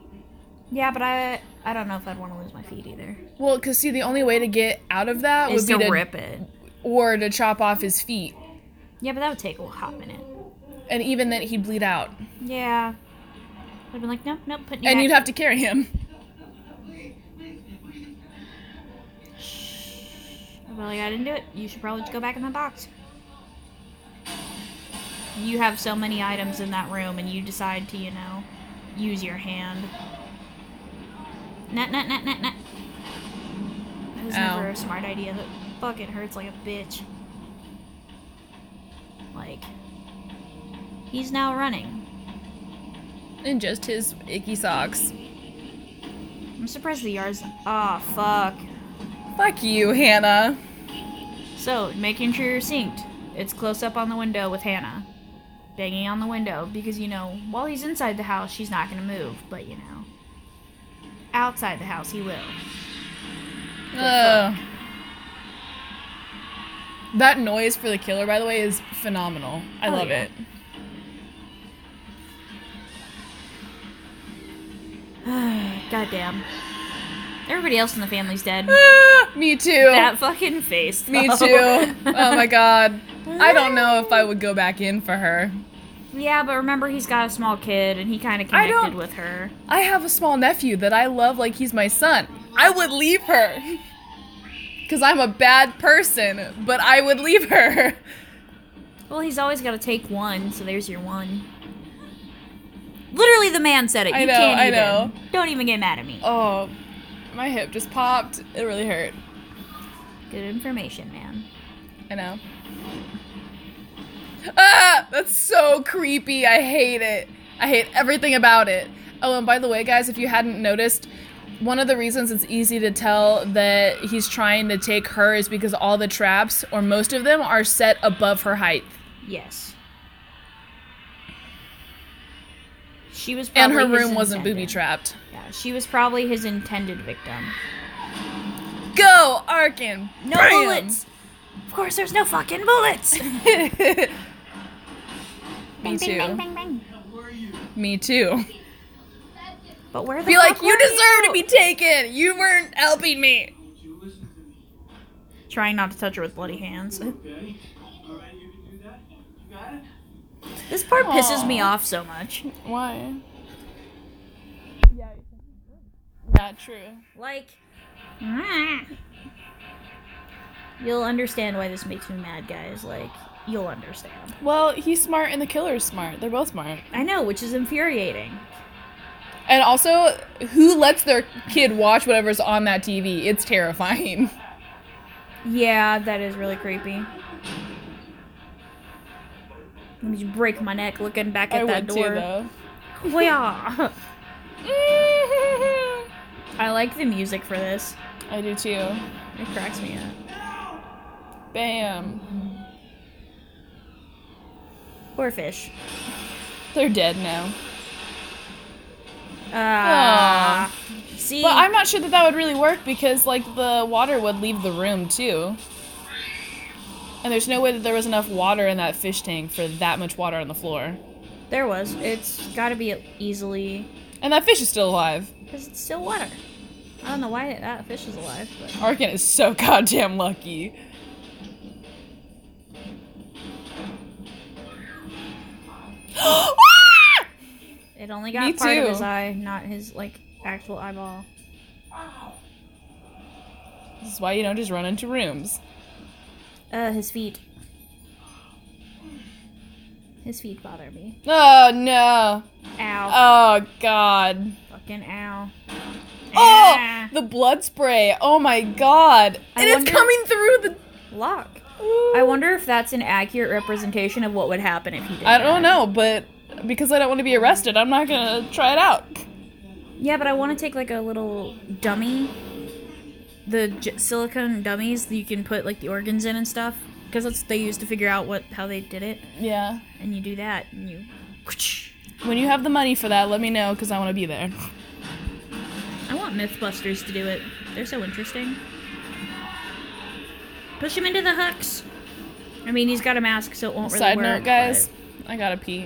S2: Yeah, but I I don't know if I'd want to lose my feet either.
S1: Well, because see, the only way to get out of that
S2: Is
S1: would be
S2: to
S1: to
S2: rip it.
S1: or to chop off his feet,
S2: Yeah, but that would take a hot minute.
S1: and even then he'd bleed out,
S2: Yeah. I'd be like, nope, nope, put you
S1: and
S2: back.
S1: you'd have to carry him.
S2: I'd be like, I didn't do it. You should probably just go back in the box. You have so many items in that room, and you decide to, you know, use your hand. Nut, nut, nut, nut, nut. That was
S1: Ow.
S2: never a smart idea. That fucking hurts like a bitch. Like, he's now running.
S1: In just his icky socks.
S2: I'm surprised the yards. Ah, fuck.
S1: Fuck you, Hannah.
S2: So, making sure you're synced. It's close up on the window with Hannah. Banging on the window because, you know, while he's inside the house, she's not going to move, but, you know, outside the house, he will.
S1: Ugh. That noise for the killer, by the way, is phenomenal. I
S2: Oh,
S1: love
S2: yeah.
S1: it.
S2: Goddamn. Everybody else in the family's dead.
S1: Ah, me too.
S2: that fucking face.
S1: me
S2: though.
S1: too. Oh my god. I don't know if I would go back in for her.
S2: yeah, but remember, he's got a small kid and he kind of
S1: I
S2: connected
S1: don't-
S2: with her.
S1: I have a small nephew that I love like he's my son. I would leave her. Because I'm a bad person, but I would leave her.
S2: Well, he's always got to take one, so there's your one. Literally, the man said it.
S1: I
S2: you
S1: know,
S2: can't
S1: I
S2: even.
S1: know.
S2: Don't even get mad at me.
S1: Oh, my hip just popped. It really hurt.
S2: Good information, man.
S1: I know. Ah, that's so creepy. I hate it. I hate everything about it. Oh, and by the way, guys, if you hadn't noticed, one of the reasons it's easy to tell that he's trying to take her is because all the traps, or most of them, are set above her height.
S2: Yes. She was
S1: And
S2: probably
S1: her
S2: his
S1: room wasn't
S2: intended-
S1: booby trapped.
S2: Yeah, she was probably his intended victim.
S1: Go, Arkin!
S2: No
S1: Bam!
S2: bullets. Of course, there's no fucking bullets.
S1: Me
S2: Bang,
S1: too.
S2: bang, bang.
S1: Me too.
S2: But where the
S1: Be like,
S2: fuck
S1: you
S2: were
S1: deserve to be taken. You weren't helping me.
S3: Would you listen to me?
S2: Trying not to touch her with bloody hands.
S3: Okay? Alright, you can do that? You got it?
S2: This part pisses me off so much.
S1: Why? Yeah. Not true.
S2: Like, you'll understand why this makes me mad, guys. Like, you'll understand.
S1: Well, he's smart and the killer's smart. They're both smart.
S2: I know, which is infuriating.
S1: And also, who lets their kid watch whatever's on that TV? It's terrifying.
S2: Yeah, that is really creepy. Let me just break my neck looking back at
S1: I
S2: that
S1: would too,
S2: door.
S1: though.
S2: Hoya! I like the music for this.
S1: I do too.
S2: It cracks me up.
S1: Bam.
S2: Poor fish.
S1: They're dead now.
S2: Ah. See,
S1: But I'm not sure that that would really work because, like, the water would leave the room too. And there's no way that there was enough water in that fish tank for that much water on the floor.
S2: there was. It's got to be easily
S1: And that fish is still alive.
S2: because it's still water. I don't know why that fish is alive, but
S1: Arkin is so goddamn lucky. Ah!
S2: it only got
S1: Me
S2: part
S1: too.
S2: of his eye, not his like actual eyeball.
S1: this is why you don't just run into rooms.
S2: Uh, his feet. His feet bother me.
S1: Oh no.
S2: Ow.
S1: Oh god.
S2: Fucking ow.
S1: Oh!
S2: Ah.
S1: The blood spray. Oh my god.
S2: I
S1: And it's
S2: wonder-
S1: coming through the.
S2: Lock. I wonder if that's an accurate representation of what would happen if he did.
S1: I don't know, but because I don't want to be arrested, I'm not gonna try it out.
S2: Yeah, but I want to take like a little dummy the j- silicone dummies that you can put like the organs in and stuff because that's what they used to figure out what how they did it.
S1: Yeah.
S2: And you do that, and you.
S1: When you have the money for that, let me know because I want to be there.
S2: I want MythBusters to do it. They're so interesting. Push him into the hooks. I mean, he's got a mask, so it won't really
S1: Side
S2: work.
S1: note, guys, I gotta pee.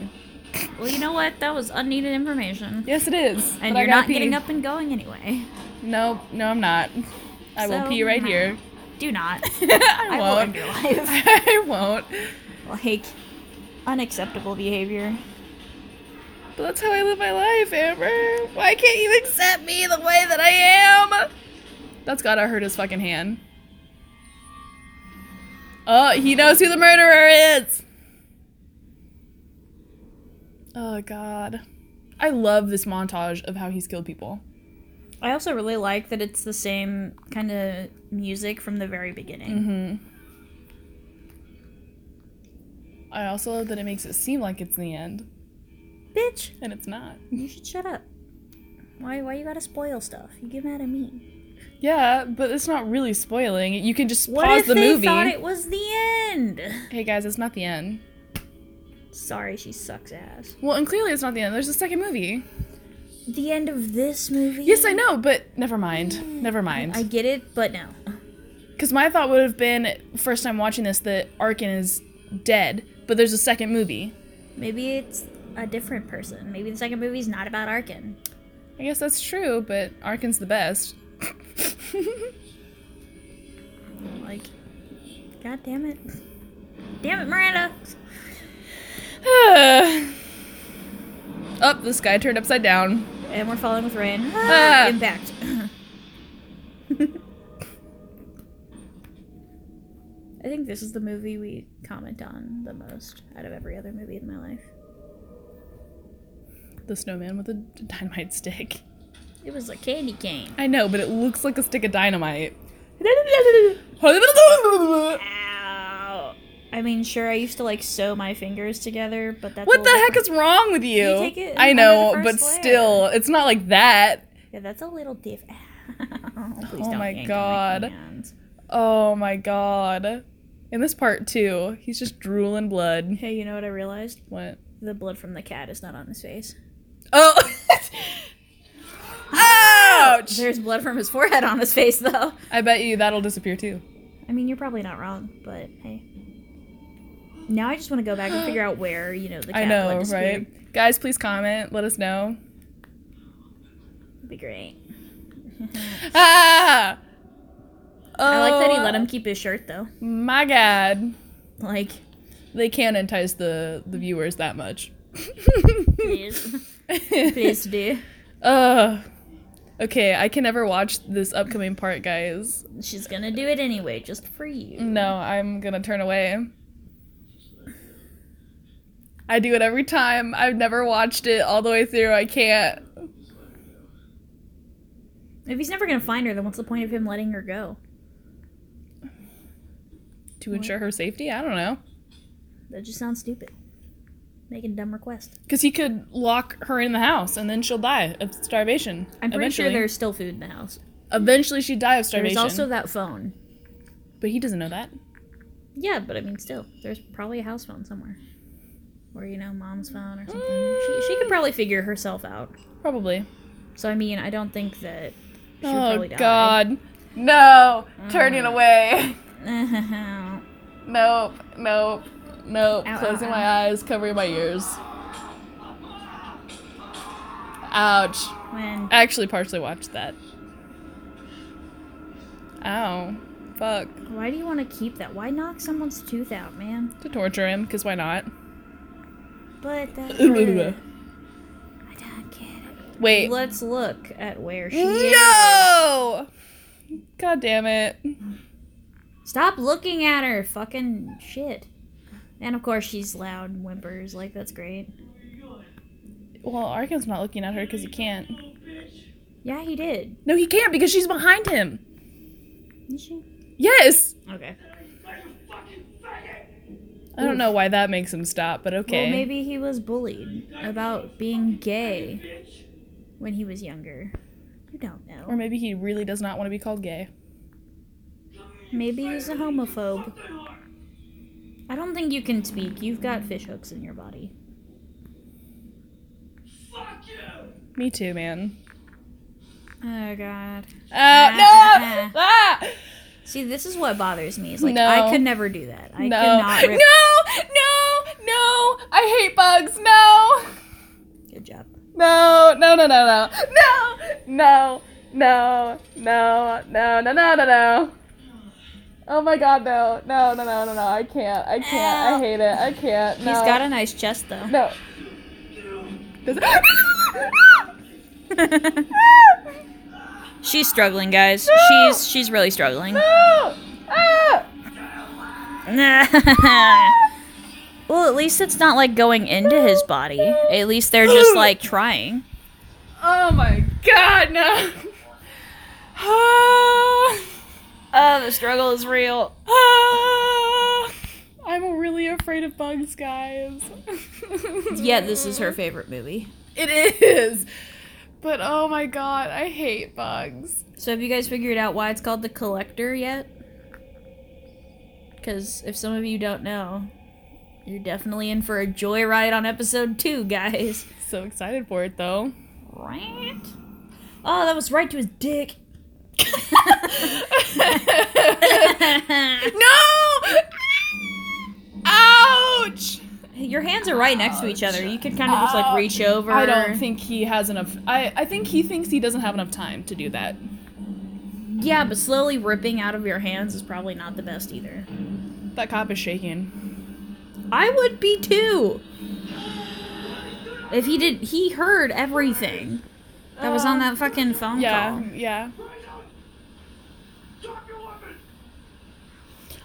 S2: but- well, you know what? That was unneeded information.
S1: Yes, it is.
S2: And
S1: but I
S2: you're
S1: gotta
S2: not
S1: pee.
S2: getting up and going anyway.
S1: No, no, I'm not. I will
S2: So,
S1: pee right
S2: nah.
S1: here.
S2: Do not.
S1: I,
S2: I will
S1: won't.
S2: end your life.
S1: I won't.
S2: like, unacceptable behavior.
S1: But that's how I live my life, Amber. Why can't you accept me the way that I am? That's gotta hurt his fucking hand. Oh, he knows who the murderer is. Oh God, I love this montage of how he's killed people.
S2: I also really like that it's the same kind of music from the very beginning.
S1: Mm-hmm. I also love that it makes it seem like it's the end, Mm.
S2: Bitch,
S1: and it's not.
S2: you should shut up. Why? Why you gotta spoil stuff? You get mad at me.
S1: Yeah, but it's not really spoiling. You can just
S2: What
S1: pause
S2: if
S1: the
S2: they
S1: movie.
S2: thought it was the end?
S1: hey guys, it's not the end.
S2: Sorry, she sucks ass.
S1: Well, and clearly it's not the end. There's a second movie.
S2: The end of this movie.
S1: Yes, I know, but never mind. Never
S2: Mm, I
S1: mind.
S2: get it, but no.
S1: Because my thought would have been first time watching this that Arkin is dead, but there's a second movie.
S2: Maybe it's a different person. Maybe the second movie's not about Arkin.
S1: I guess that's true, but Arkin's the best.
S2: Like, god damn it, damn it, Miranda.
S1: oh, this guy turned upside down.
S2: And we're falling with rain.
S1: Ah.
S2: Impact. I think this is the movie we comment on the most out of every other movie in my life.
S1: The snowman with a dynamite stick.
S2: It was a candy cane.
S1: I know, but it looks like a stick of dynamite.
S2: Ow. I mean, sure, I used to like sew my fingers together, but that's a
S1: What the
S2: little
S1: heck
S2: different.
S1: is wrong with you?
S2: You take it
S1: I
S2: under
S1: know,
S2: the
S1: but
S2: first layer.
S1: still, it's not like that.
S2: Yeah, that's a little different.
S1: Oh my God. Oh my god. In this part too, he's just drooling blood.
S2: Hey, you know what I realized?
S1: What?
S2: The blood from the cat is not on his face.
S1: Oh. Ouch!
S2: There's blood from his forehead on his face, though.
S1: I bet you that'll disappear too.
S2: I mean, you're probably not wrong, but hey. Now I just want to go back and figure out where you know the cat
S1: I
S2: blood
S1: know,
S2: disappeared.
S1: right? Guys, please comment. Let us know.
S2: It'd be great.
S1: Ah! Oh,
S2: I like that he let him keep his shirt though.
S1: My God,
S2: Like,
S1: they can't entice the the viewers that much.
S2: please, please do.
S1: Ugh. Okay, I can never watch this upcoming part, guys.
S2: She's gonna do it anyway, just for you.
S1: No, I'm gonna turn away. I do it every time. I've never watched it all the way through. I can't.
S2: If he's never gonna find her, then what's the point of him letting her go?
S1: To ensure her safety? I don't know.
S2: That just sounds stupid. Making dumb request.
S1: Because he could lock her in the house and then she'll die of starvation.
S2: I'm pretty
S1: Eventually.
S2: sure there's still food in the house.
S1: Eventually she'd die of starvation.
S2: There's also that phone.
S1: But he doesn't know that.
S2: Yeah, but I mean, still, there's probably a house phone somewhere, or you know, mom's phone or something. She, she could probably figure herself out.
S1: Probably.
S2: So I mean, I don't think that. She would
S1: Oh,
S2: probably die. Mm.
S1: God. No. Turning away. Nope. Nope. Nope.
S2: Ow,
S1: Closing
S2: ow,
S1: my eyes, covering my ears. Ouch.
S2: when
S1: I actually partially watched that. Ow. Fuck.
S2: why do you want to keep that? Why knock someone's tooth out, man?
S1: To torture him, because why not?
S2: But that hurt.
S1: Wait.
S2: I don't get it. Let's look at where she is.
S1: No! God damn it.
S2: Stop looking at her, fucking shit. And of course, she's loud and whimpers. Like that's great.
S1: Well, Arkin's not looking at her because he can't.
S2: Yeah, he did.
S1: No, he can't because she's behind him.
S2: Did she?
S1: Yes!
S2: Okay.
S1: I don't know why that makes him stop, but okay.
S2: Well, maybe he was bullied about being gay when he was younger. You don't
S1: Or
S2: know.
S1: maybe he really does not want to be called gay.
S2: Maybe he's a homophobe. I don't think you can speak. You've got fish hooks in your body.
S1: Me too, man.
S2: Oh god.
S1: Uh, no! Ah!
S2: See, this is what bothers me. Is like
S1: No.
S2: I could never do that. I
S1: No.
S2: cannot
S1: No!
S2: rip.
S1: No! No! I hate bugs. No!
S2: Good job.
S1: No, no, no, no, no. No! No! No! No! No! No! No! No! No! Oh my god, no. No, no, no, no, no. I can't. I can't. I hate it. I can't. No.
S2: He's got a nice chest though.
S1: No. Does- Ah!
S6: She's struggling, guys. She's she's really struggling.
S1: Ah! Ah!
S6: well, at least it's not like going into his body. At least they're just like trying.
S1: Oh my god, no. Ah.
S6: Oh, the struggle is real.
S1: Ah. I'm really afraid of bugs, guys.
S6: Yeah, this is her favorite movie.
S1: It is. But oh my god, I hate bugs.
S2: So have you guys figured out why it's called the collector yet? Because if some of you don't know, you're definitely in for a joyride on episode two, guys.
S1: So excited for it though.
S2: Right? Oh, that was right to his dick.
S1: No! Ah! Ouch!
S2: Your hands are right next to each other. You could kind of just like reach over.
S1: Uh, I don't think he has enough. I, I think he thinks he doesn't have enough time to do that.
S2: Yeah, but slowly ripping out of your hands is probably not the best either.
S1: That cop is shaking.
S2: I would be too. If he did, he heard everything that was on that fucking phone
S1: Uh, Yeah,
S2: call.
S1: yeah.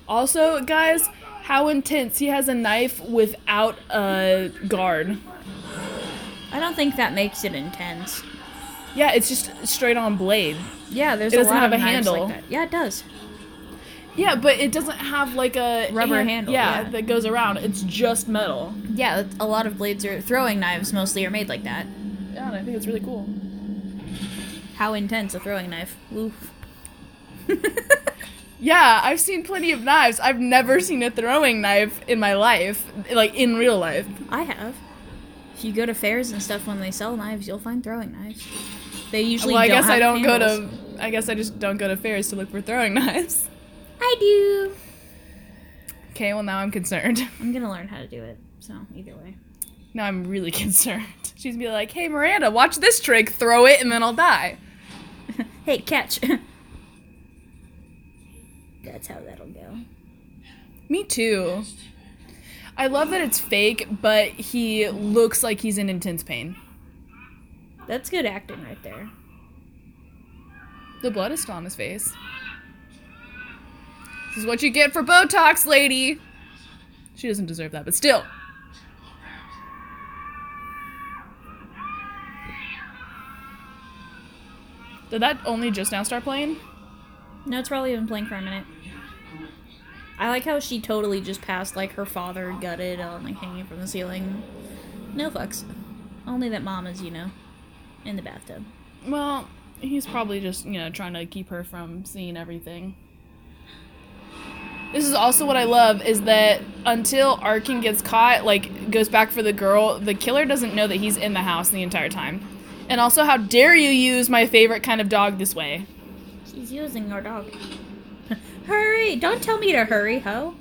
S1: Also, guys, how intense. He has a knife without a guard.
S2: I don't think that makes it intense.
S1: Yeah, it's just straight on blade.
S2: Yeah, there's
S1: It
S2: a
S1: doesn't
S2: lot
S1: have
S2: of
S1: a
S2: knives
S1: handle.
S2: Like that. Yeah, it does.
S1: Yeah, but it doesn't have like a
S2: Rubber
S1: hand-
S2: handle,
S1: Yeah,
S2: yeah.
S1: that goes around. It's just metal.
S2: Yeah, that's- a lot of blades are throwing knives mostly are made like that.
S1: Yeah, and I think it's really cool.
S2: How intense a throwing knife? Oof.
S1: Yeah, I've seen plenty of knives. I've never seen a throwing knife in my life, like in real life.
S2: I have. If you go to fairs and stuff when they sell knives, you'll find throwing knives. They usually
S1: well, I
S2: don't
S1: guess I
S2: have
S1: don't
S2: handles.
S1: go to. I guess I just don't go to fairs to look for throwing knives.
S2: I do.
S1: Okay, well now I'm concerned.
S2: I'm gonna learn how to do it. So either way.
S1: Now I'm really concerned. She's gonna be like, "Hey, Miranda, watch this trick. Throw it, and then I'll die."
S2: Hey, catch. That's how that'll go.
S1: Me too. I love that it's fake, but he looks like he's in intense pain.
S2: That's good acting right there.
S1: The blood is still on his face. This is what you get for Botox, lady. She doesn't deserve that, but still. Did that only just now start playing?
S2: No, it's probably been playing for a minute. I like how she totally just passed like her father gutted on like hanging from the ceiling. No fucks. Only that mom is, you know, in the bathtub.
S1: Well, he's probably just, you know, trying to keep her from seeing everything. This is also what I love is that until Arkin gets caught, like goes back for the girl, the killer doesn't know that he's in the house the entire time. And also, how dare you use my favorite kind of dog this way?
S2: She's using our dog. hurry! Don't tell me to hurry, ho.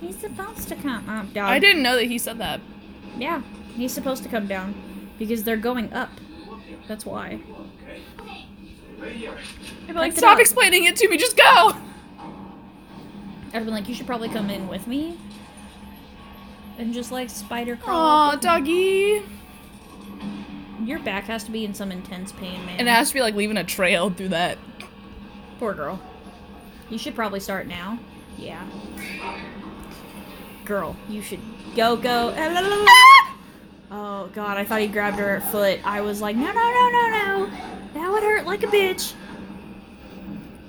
S2: He's supposed to come up, dog.
S1: I didn't know that he said that.
S2: Yeah, he's supposed to come down because they're going up. That's why. I'd be like,
S1: Stop explaining it to me. Just go.
S2: I'd be like, you should probably come in with me. And just like spider crawl.
S1: Aw, doggy.
S2: Your back has to be in some intense pain, man.
S1: And it has to be like leaving a trail through that.
S2: Poor girl. You should probably start now. Yeah. Girl, you should go go. Oh god, I thought he grabbed her foot. I was like, no no no no no. That would hurt like a bitch.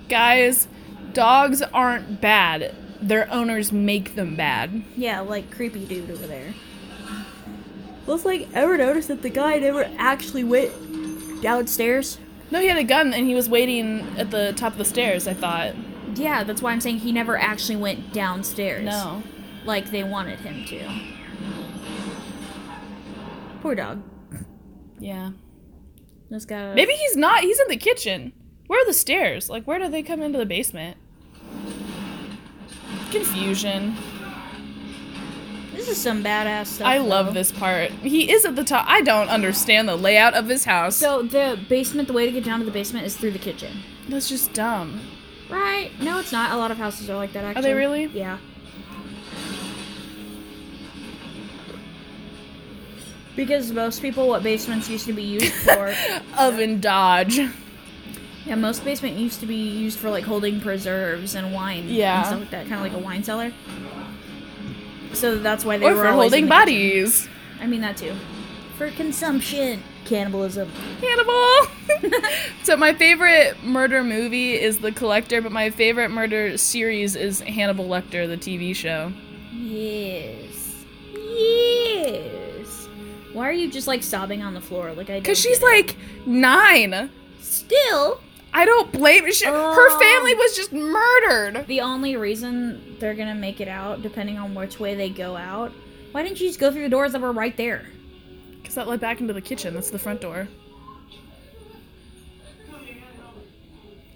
S1: Guys, dogs aren't bad. Their owners make them bad.
S2: Yeah, like creepy dude over there. Let's like ever notice that the guy never actually went downstairs
S1: No, he had a gun and he was waiting at the top of the stairs, I thought.
S2: Yeah, that's why I'm saying he never actually went downstairs.
S1: No.
S2: Like they wanted him to. Poor dog.
S1: Yeah.
S2: Just got
S1: Maybe he's not. He's in the kitchen. Where are the stairs? Like, where do they come into the basement? Confusion.
S2: This is some badass stuff.
S1: I love this part. He is at the top. I don't understand the layout of his house.
S2: So the basement, the way to get down to the basement is through the kitchen.
S1: That's just dumb.
S2: Right? No, it's not. A lot of houses are like that. Actually,
S1: they really?
S2: Yeah. Because most people, what basements used to be used for,
S1: Oven dodge.
S2: yeah, most basement used to be used for like holding preserves and wine,
S1: Yeah.
S2: and stuff like that, kind of like a wine cellar. So that's why they
S1: Or
S2: were
S1: for
S2: always in
S1: holding
S2: the kitchen.
S1: bodies.
S2: I mean that too, for consumption, cannibalism.
S1: Hannibal. so my favorite murder movie is The Collector, but my favorite murder series is Hannibal Lecter, the TV show.
S2: Yes. Yes. Why are you just like sobbing on the floor? Like I don't
S1: Cause she's
S2: get it.
S1: like nine.
S2: still
S1: I don't blame she, her
S2: Oh.
S1: family was just murdered.
S2: the only reason they're gonna make it out, depending on which way they go out. Why didn't you just go through the doors that were right there?
S1: Cause that led back into the kitchen. That's the front door.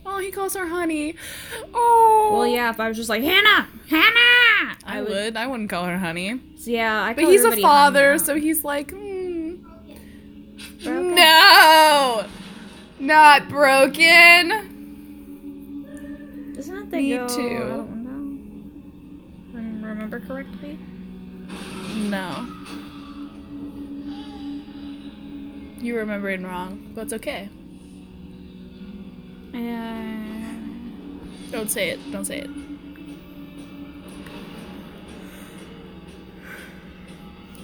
S1: Oh, he calls her honey. Oh.
S2: Well, yeah. If I was just like Hannah, Hannah,
S1: I, would. I wouldn't call her honey.
S2: So, yeah, I.
S1: But he's a father, so he's like, mm,
S2: Broken.
S1: no, not broken.
S2: Isn't that they
S1: Me
S2: go,
S1: too.
S2: I don't know. If I remember correctly.
S1: No. You remembering wrong, but it's okay.
S2: Uh,
S1: Don't say it. Don't say it.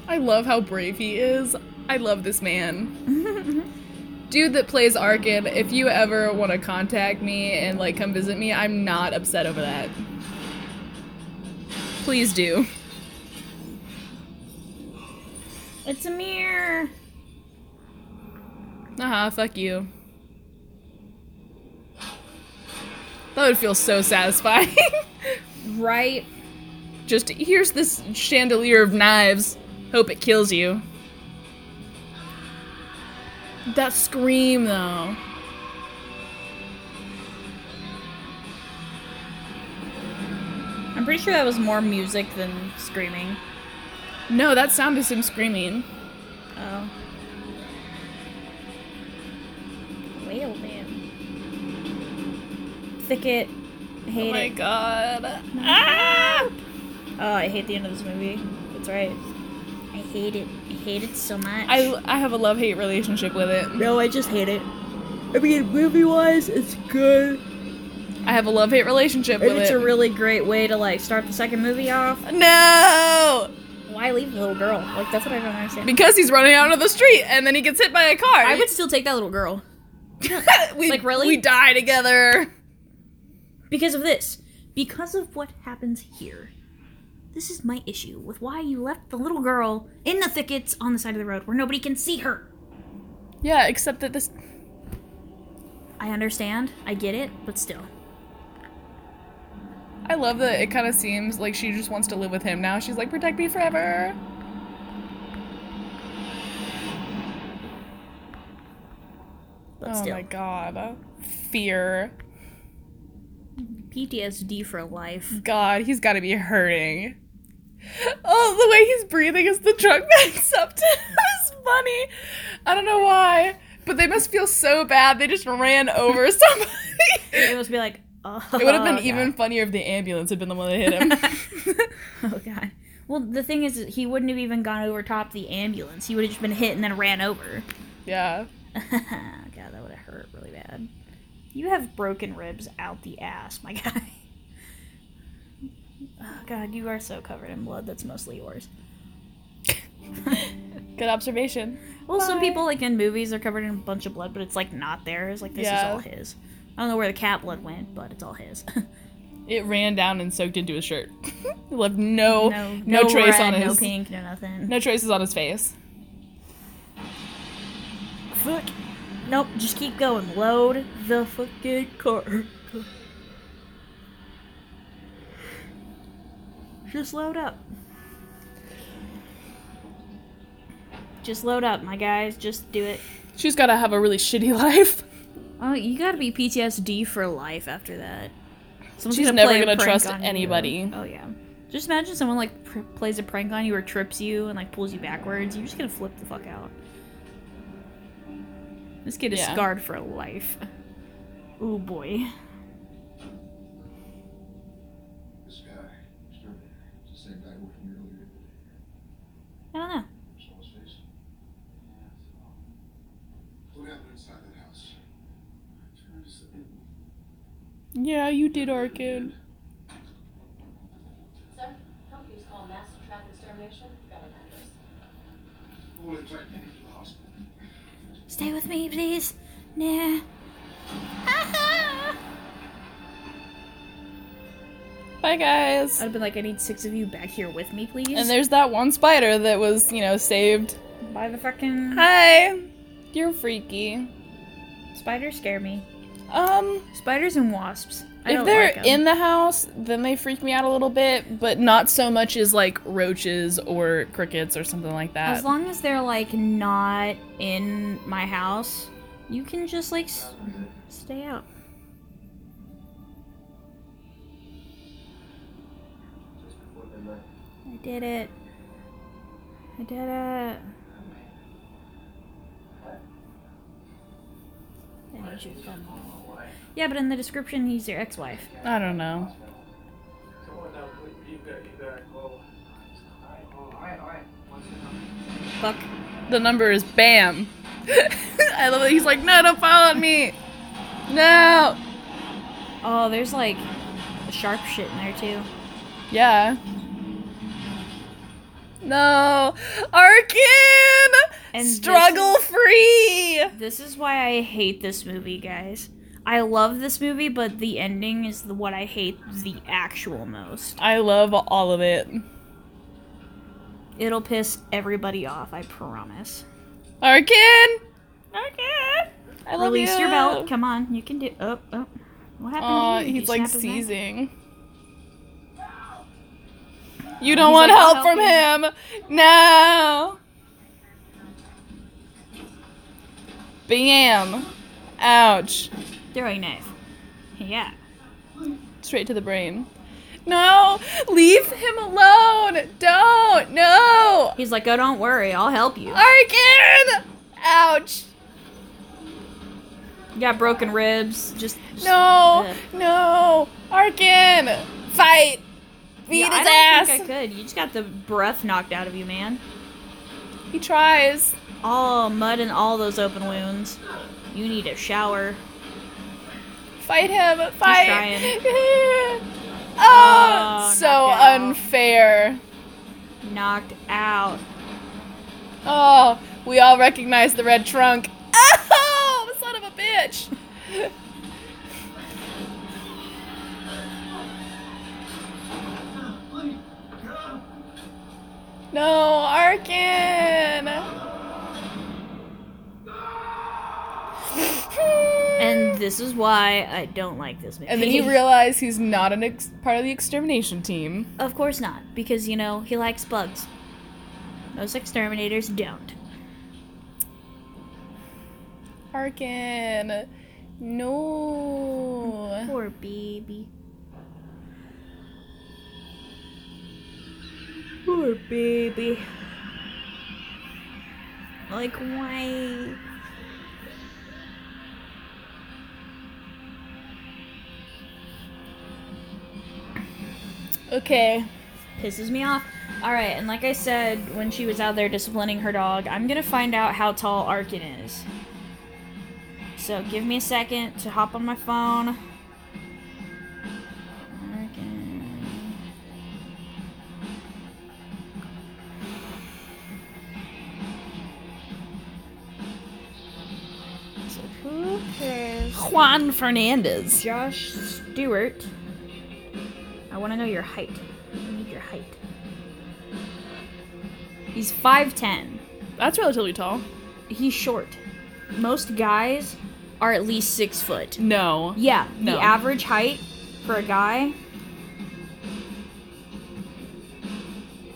S1: I love how brave he is. I love this man. Dude that plays Arkin, if you ever want to contact me and like come visit me, I'm not upset over that. Please do.
S2: it's a mirror.
S1: Haha, fuck you. That would feel so satisfying.
S2: Right.
S1: Just here's this chandelier of knives. Hope it kills you. That scream though.
S2: I'm pretty sure that was more music than screaming.
S1: No, that sound is him screaming.
S2: Oh. Whale oh, man. Thicket.
S1: Oh
S2: Hate
S1: my
S2: it.
S1: god. Ah!
S2: Oh, I hate the end of this movie. That's right. I hate it. I hate it so much.
S1: I I have a love hate relationship with it.
S2: no, I just hate it. I mean, movie wise, it's good.
S1: I have a love hate relationship
S2: And
S1: with
S2: it's
S1: it.
S2: a really great way to like start the second movie off.
S1: no,
S2: Why leave the little girl? Like that's what I don't understand.
S1: because he's running out into the street and then he gets hit by a car.
S2: I would still take that little girl
S1: we,
S2: Like, really?
S1: we die together.
S2: because of this. Because of what happens here. This is my issue with why you left the little girl in the thickets on the side of the road where nobody can see her.
S1: Yeah, except that this
S2: I understand. I get it, but still.
S1: I love that it kind of seems like she just wants to live with him now. She's like, protect me forever.
S2: But
S1: oh
S2: still.
S1: my god. Fear.
S2: PTSD for life.
S1: God, he's gotta be hurting. Oh, the way he's breathing as the drug backs up to him is funny. I don't know why, but they must feel so bad. They just ran over somebody.
S2: It must be like, oh.
S1: It would have been even funnier if the ambulance had been the one that hit him.
S2: Oh god. Well, the thing is, that he wouldn't have even gone over top the ambulance. He would have just been hit and then ran over.
S1: yeah.
S2: god, that would have hurt really bad. You have broken ribs out the ass, my guy. Oh god, you are so covered in blood. That's mostly yours.
S1: Good observation.
S2: Well, some people like in movies are covered in a bunch of blood, but it's like not theirs. Like this
S1: Yeah.
S2: is all his. I don't know where the cat blood went, but it's all his.
S1: It ran down and soaked into his shirt. It left no no, trace on
S2: red,
S1: his
S2: no pink, no nothing.
S1: no traces on his face.
S2: Fuck. Nope, just keep going. Load the fucking car. Just load up. Just load up, my guys. Just do it.
S1: She's got to have a really shitty life.
S2: Oh, you gotta be PTSD for life after that. Someone's
S1: She's never
S2: play a
S1: gonna
S2: prank
S1: trust
S2: on you.
S1: anybody.
S2: Oh yeah. Just imagine someone like pr- plays a prank on you or trips you and like pulls you backwards. You're just gonna flip the fuck out. This kid is
S1: Yeah.
S2: scarred for life. Oh boy.
S3: This guy started the same guy working here earlier.
S2: I don't know.
S3: Saw his face. What happened inside that house?
S1: Yeah, you did, Arkin.
S7: Sir, company's called Mass Traffic Extermination. Got an address.
S3: Oh, they dragged me into the hospital.
S2: Stay with me, please. Nah.
S1: Bye, guys.
S2: I'd have been like, I need six of you back here with me, please.
S1: And there's that one spider that was, you know, saved.
S2: By the fucking
S1: Hi. You're freaky.
S2: spiders scare me.
S1: Um,
S2: Spiders and wasps. I
S1: if
S2: don't
S1: they're
S2: like 'em.
S1: in the house, then they freak me out a little bit, but not so much as like roaches or crickets or something like that.
S2: As long as they're like not in my house, you can just like s- stay out.
S3: Just before they left.
S2: I did it. I did it. I need you to come. Yeah, but in the description, he's your ex-wife.
S1: I don't know.
S8: Come on now, you better, you better go. Alright, alright, alright. What's the number?
S2: Fuck.
S1: The number is BAM. I love that he's like, no, don't follow me. No.
S2: Oh, there's like sharp shit in there too.
S1: Yeah. No. Arkin!
S2: And this-
S1: Struggle free!
S2: This is why I hate this movie, guys. I love this movie, but the ending is the, what I hate the actual most.
S1: I love all of it.
S2: It'll piss everybody off, I promise.
S1: Arkin!
S2: Okay.
S1: I love
S2: Release
S1: you.
S2: your belt. Come on, you can do. Oh, oh. What happened?
S1: Aw,
S2: to you? Did
S1: Uh, he's
S2: you
S1: like
S2: Mm-hmm. snap his neck?
S1: seizing. You don't
S2: He's
S1: want
S2: like,
S1: help
S2: "I'll
S1: from him. No. Bam. Ouch.
S2: Throwing knife. Yeah.
S1: Straight to the brain. No, leave him alone. Don't. No.
S2: He's like, oh, don't worry, I'll help
S1: Ah.
S2: you.
S1: Arkin! Ouch.
S2: You got broken ribs. Just
S1: No.
S2: Ugh.
S1: No. Arkin! Fight. Beat
S2: Yeah,
S1: his
S2: I
S1: ass.
S2: don't Think I could. You just got the breath knocked out of you, man.
S1: He tries.
S2: All mud and all those open wounds. You need a shower.
S1: Fight him!
S2: trying.
S1: Fight! oh,
S2: Oh,
S1: so
S2: knocked out.
S1: unfair.
S2: Knocked out.
S1: Oh, we all recognize the red trunk. Oh, son of a bitch! no, Arkin.
S2: And this is why I don't like this movie.
S1: And then he realized he's not an ex- part of the extermination team.
S2: Of course not, because you know he likes bugs. Most exterminators don't.
S1: Arkin. No.
S2: Poor baby. Poor baby. Like why?
S1: Okay.
S2: Pisses me off. All right, and like I said when she was out there disciplining her dog, I'm gonna find out how tall Arkin is. So give me a second to hop on my phone. Arkin. So who cares?
S1: Juan Fernandez.
S2: Josh Stewart. I want to know your height. I need your height. He's 5'10.
S1: That's relatively tall.
S2: He's short. most guys are at least six foot.
S1: No.
S2: Yeah,
S1: No.
S2: the average height for a guy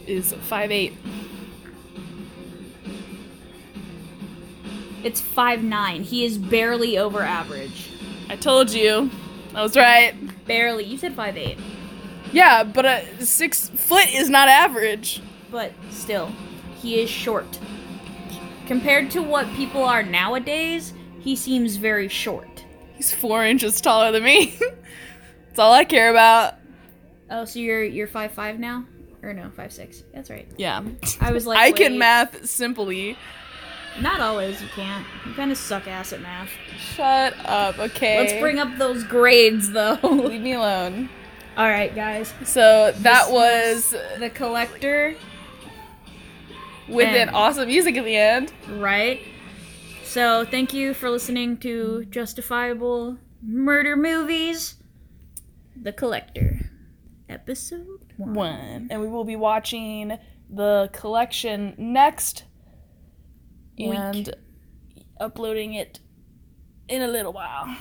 S1: Is five eight.
S2: it's five nine. He is barely over average.
S1: I told you. I was right.
S2: Barely. You said five eight,
S1: Yeah, but uh, six foot is not average.
S2: but still, he is short. Compared to what people are nowadays, he seems very short.
S1: He's four inches taller than me. That's all I care about.
S2: Oh, so you're you're five five now, or no, five six? That's right.
S1: Yeah.
S2: I was like,
S1: I can
S2: wait.
S1: math simply.
S2: Not always. You can't. You kind of suck ass at math.
S1: Shut up, okay?
S2: Let's bring up those grades, though.
S1: Leave me alone.
S2: All right, guys.
S1: So that
S2: This
S1: was
S2: The collector,
S1: with an
S2: and-
S1: awesome music at the end.
S2: right? So, thank you for listening to Justifiable Murder Movies. The Collector, episode one.
S1: One. And we will be watching the collection next and uploading it in a little while.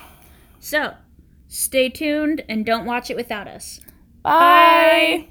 S2: So, stay tuned and don't watch it without us.
S1: Bye.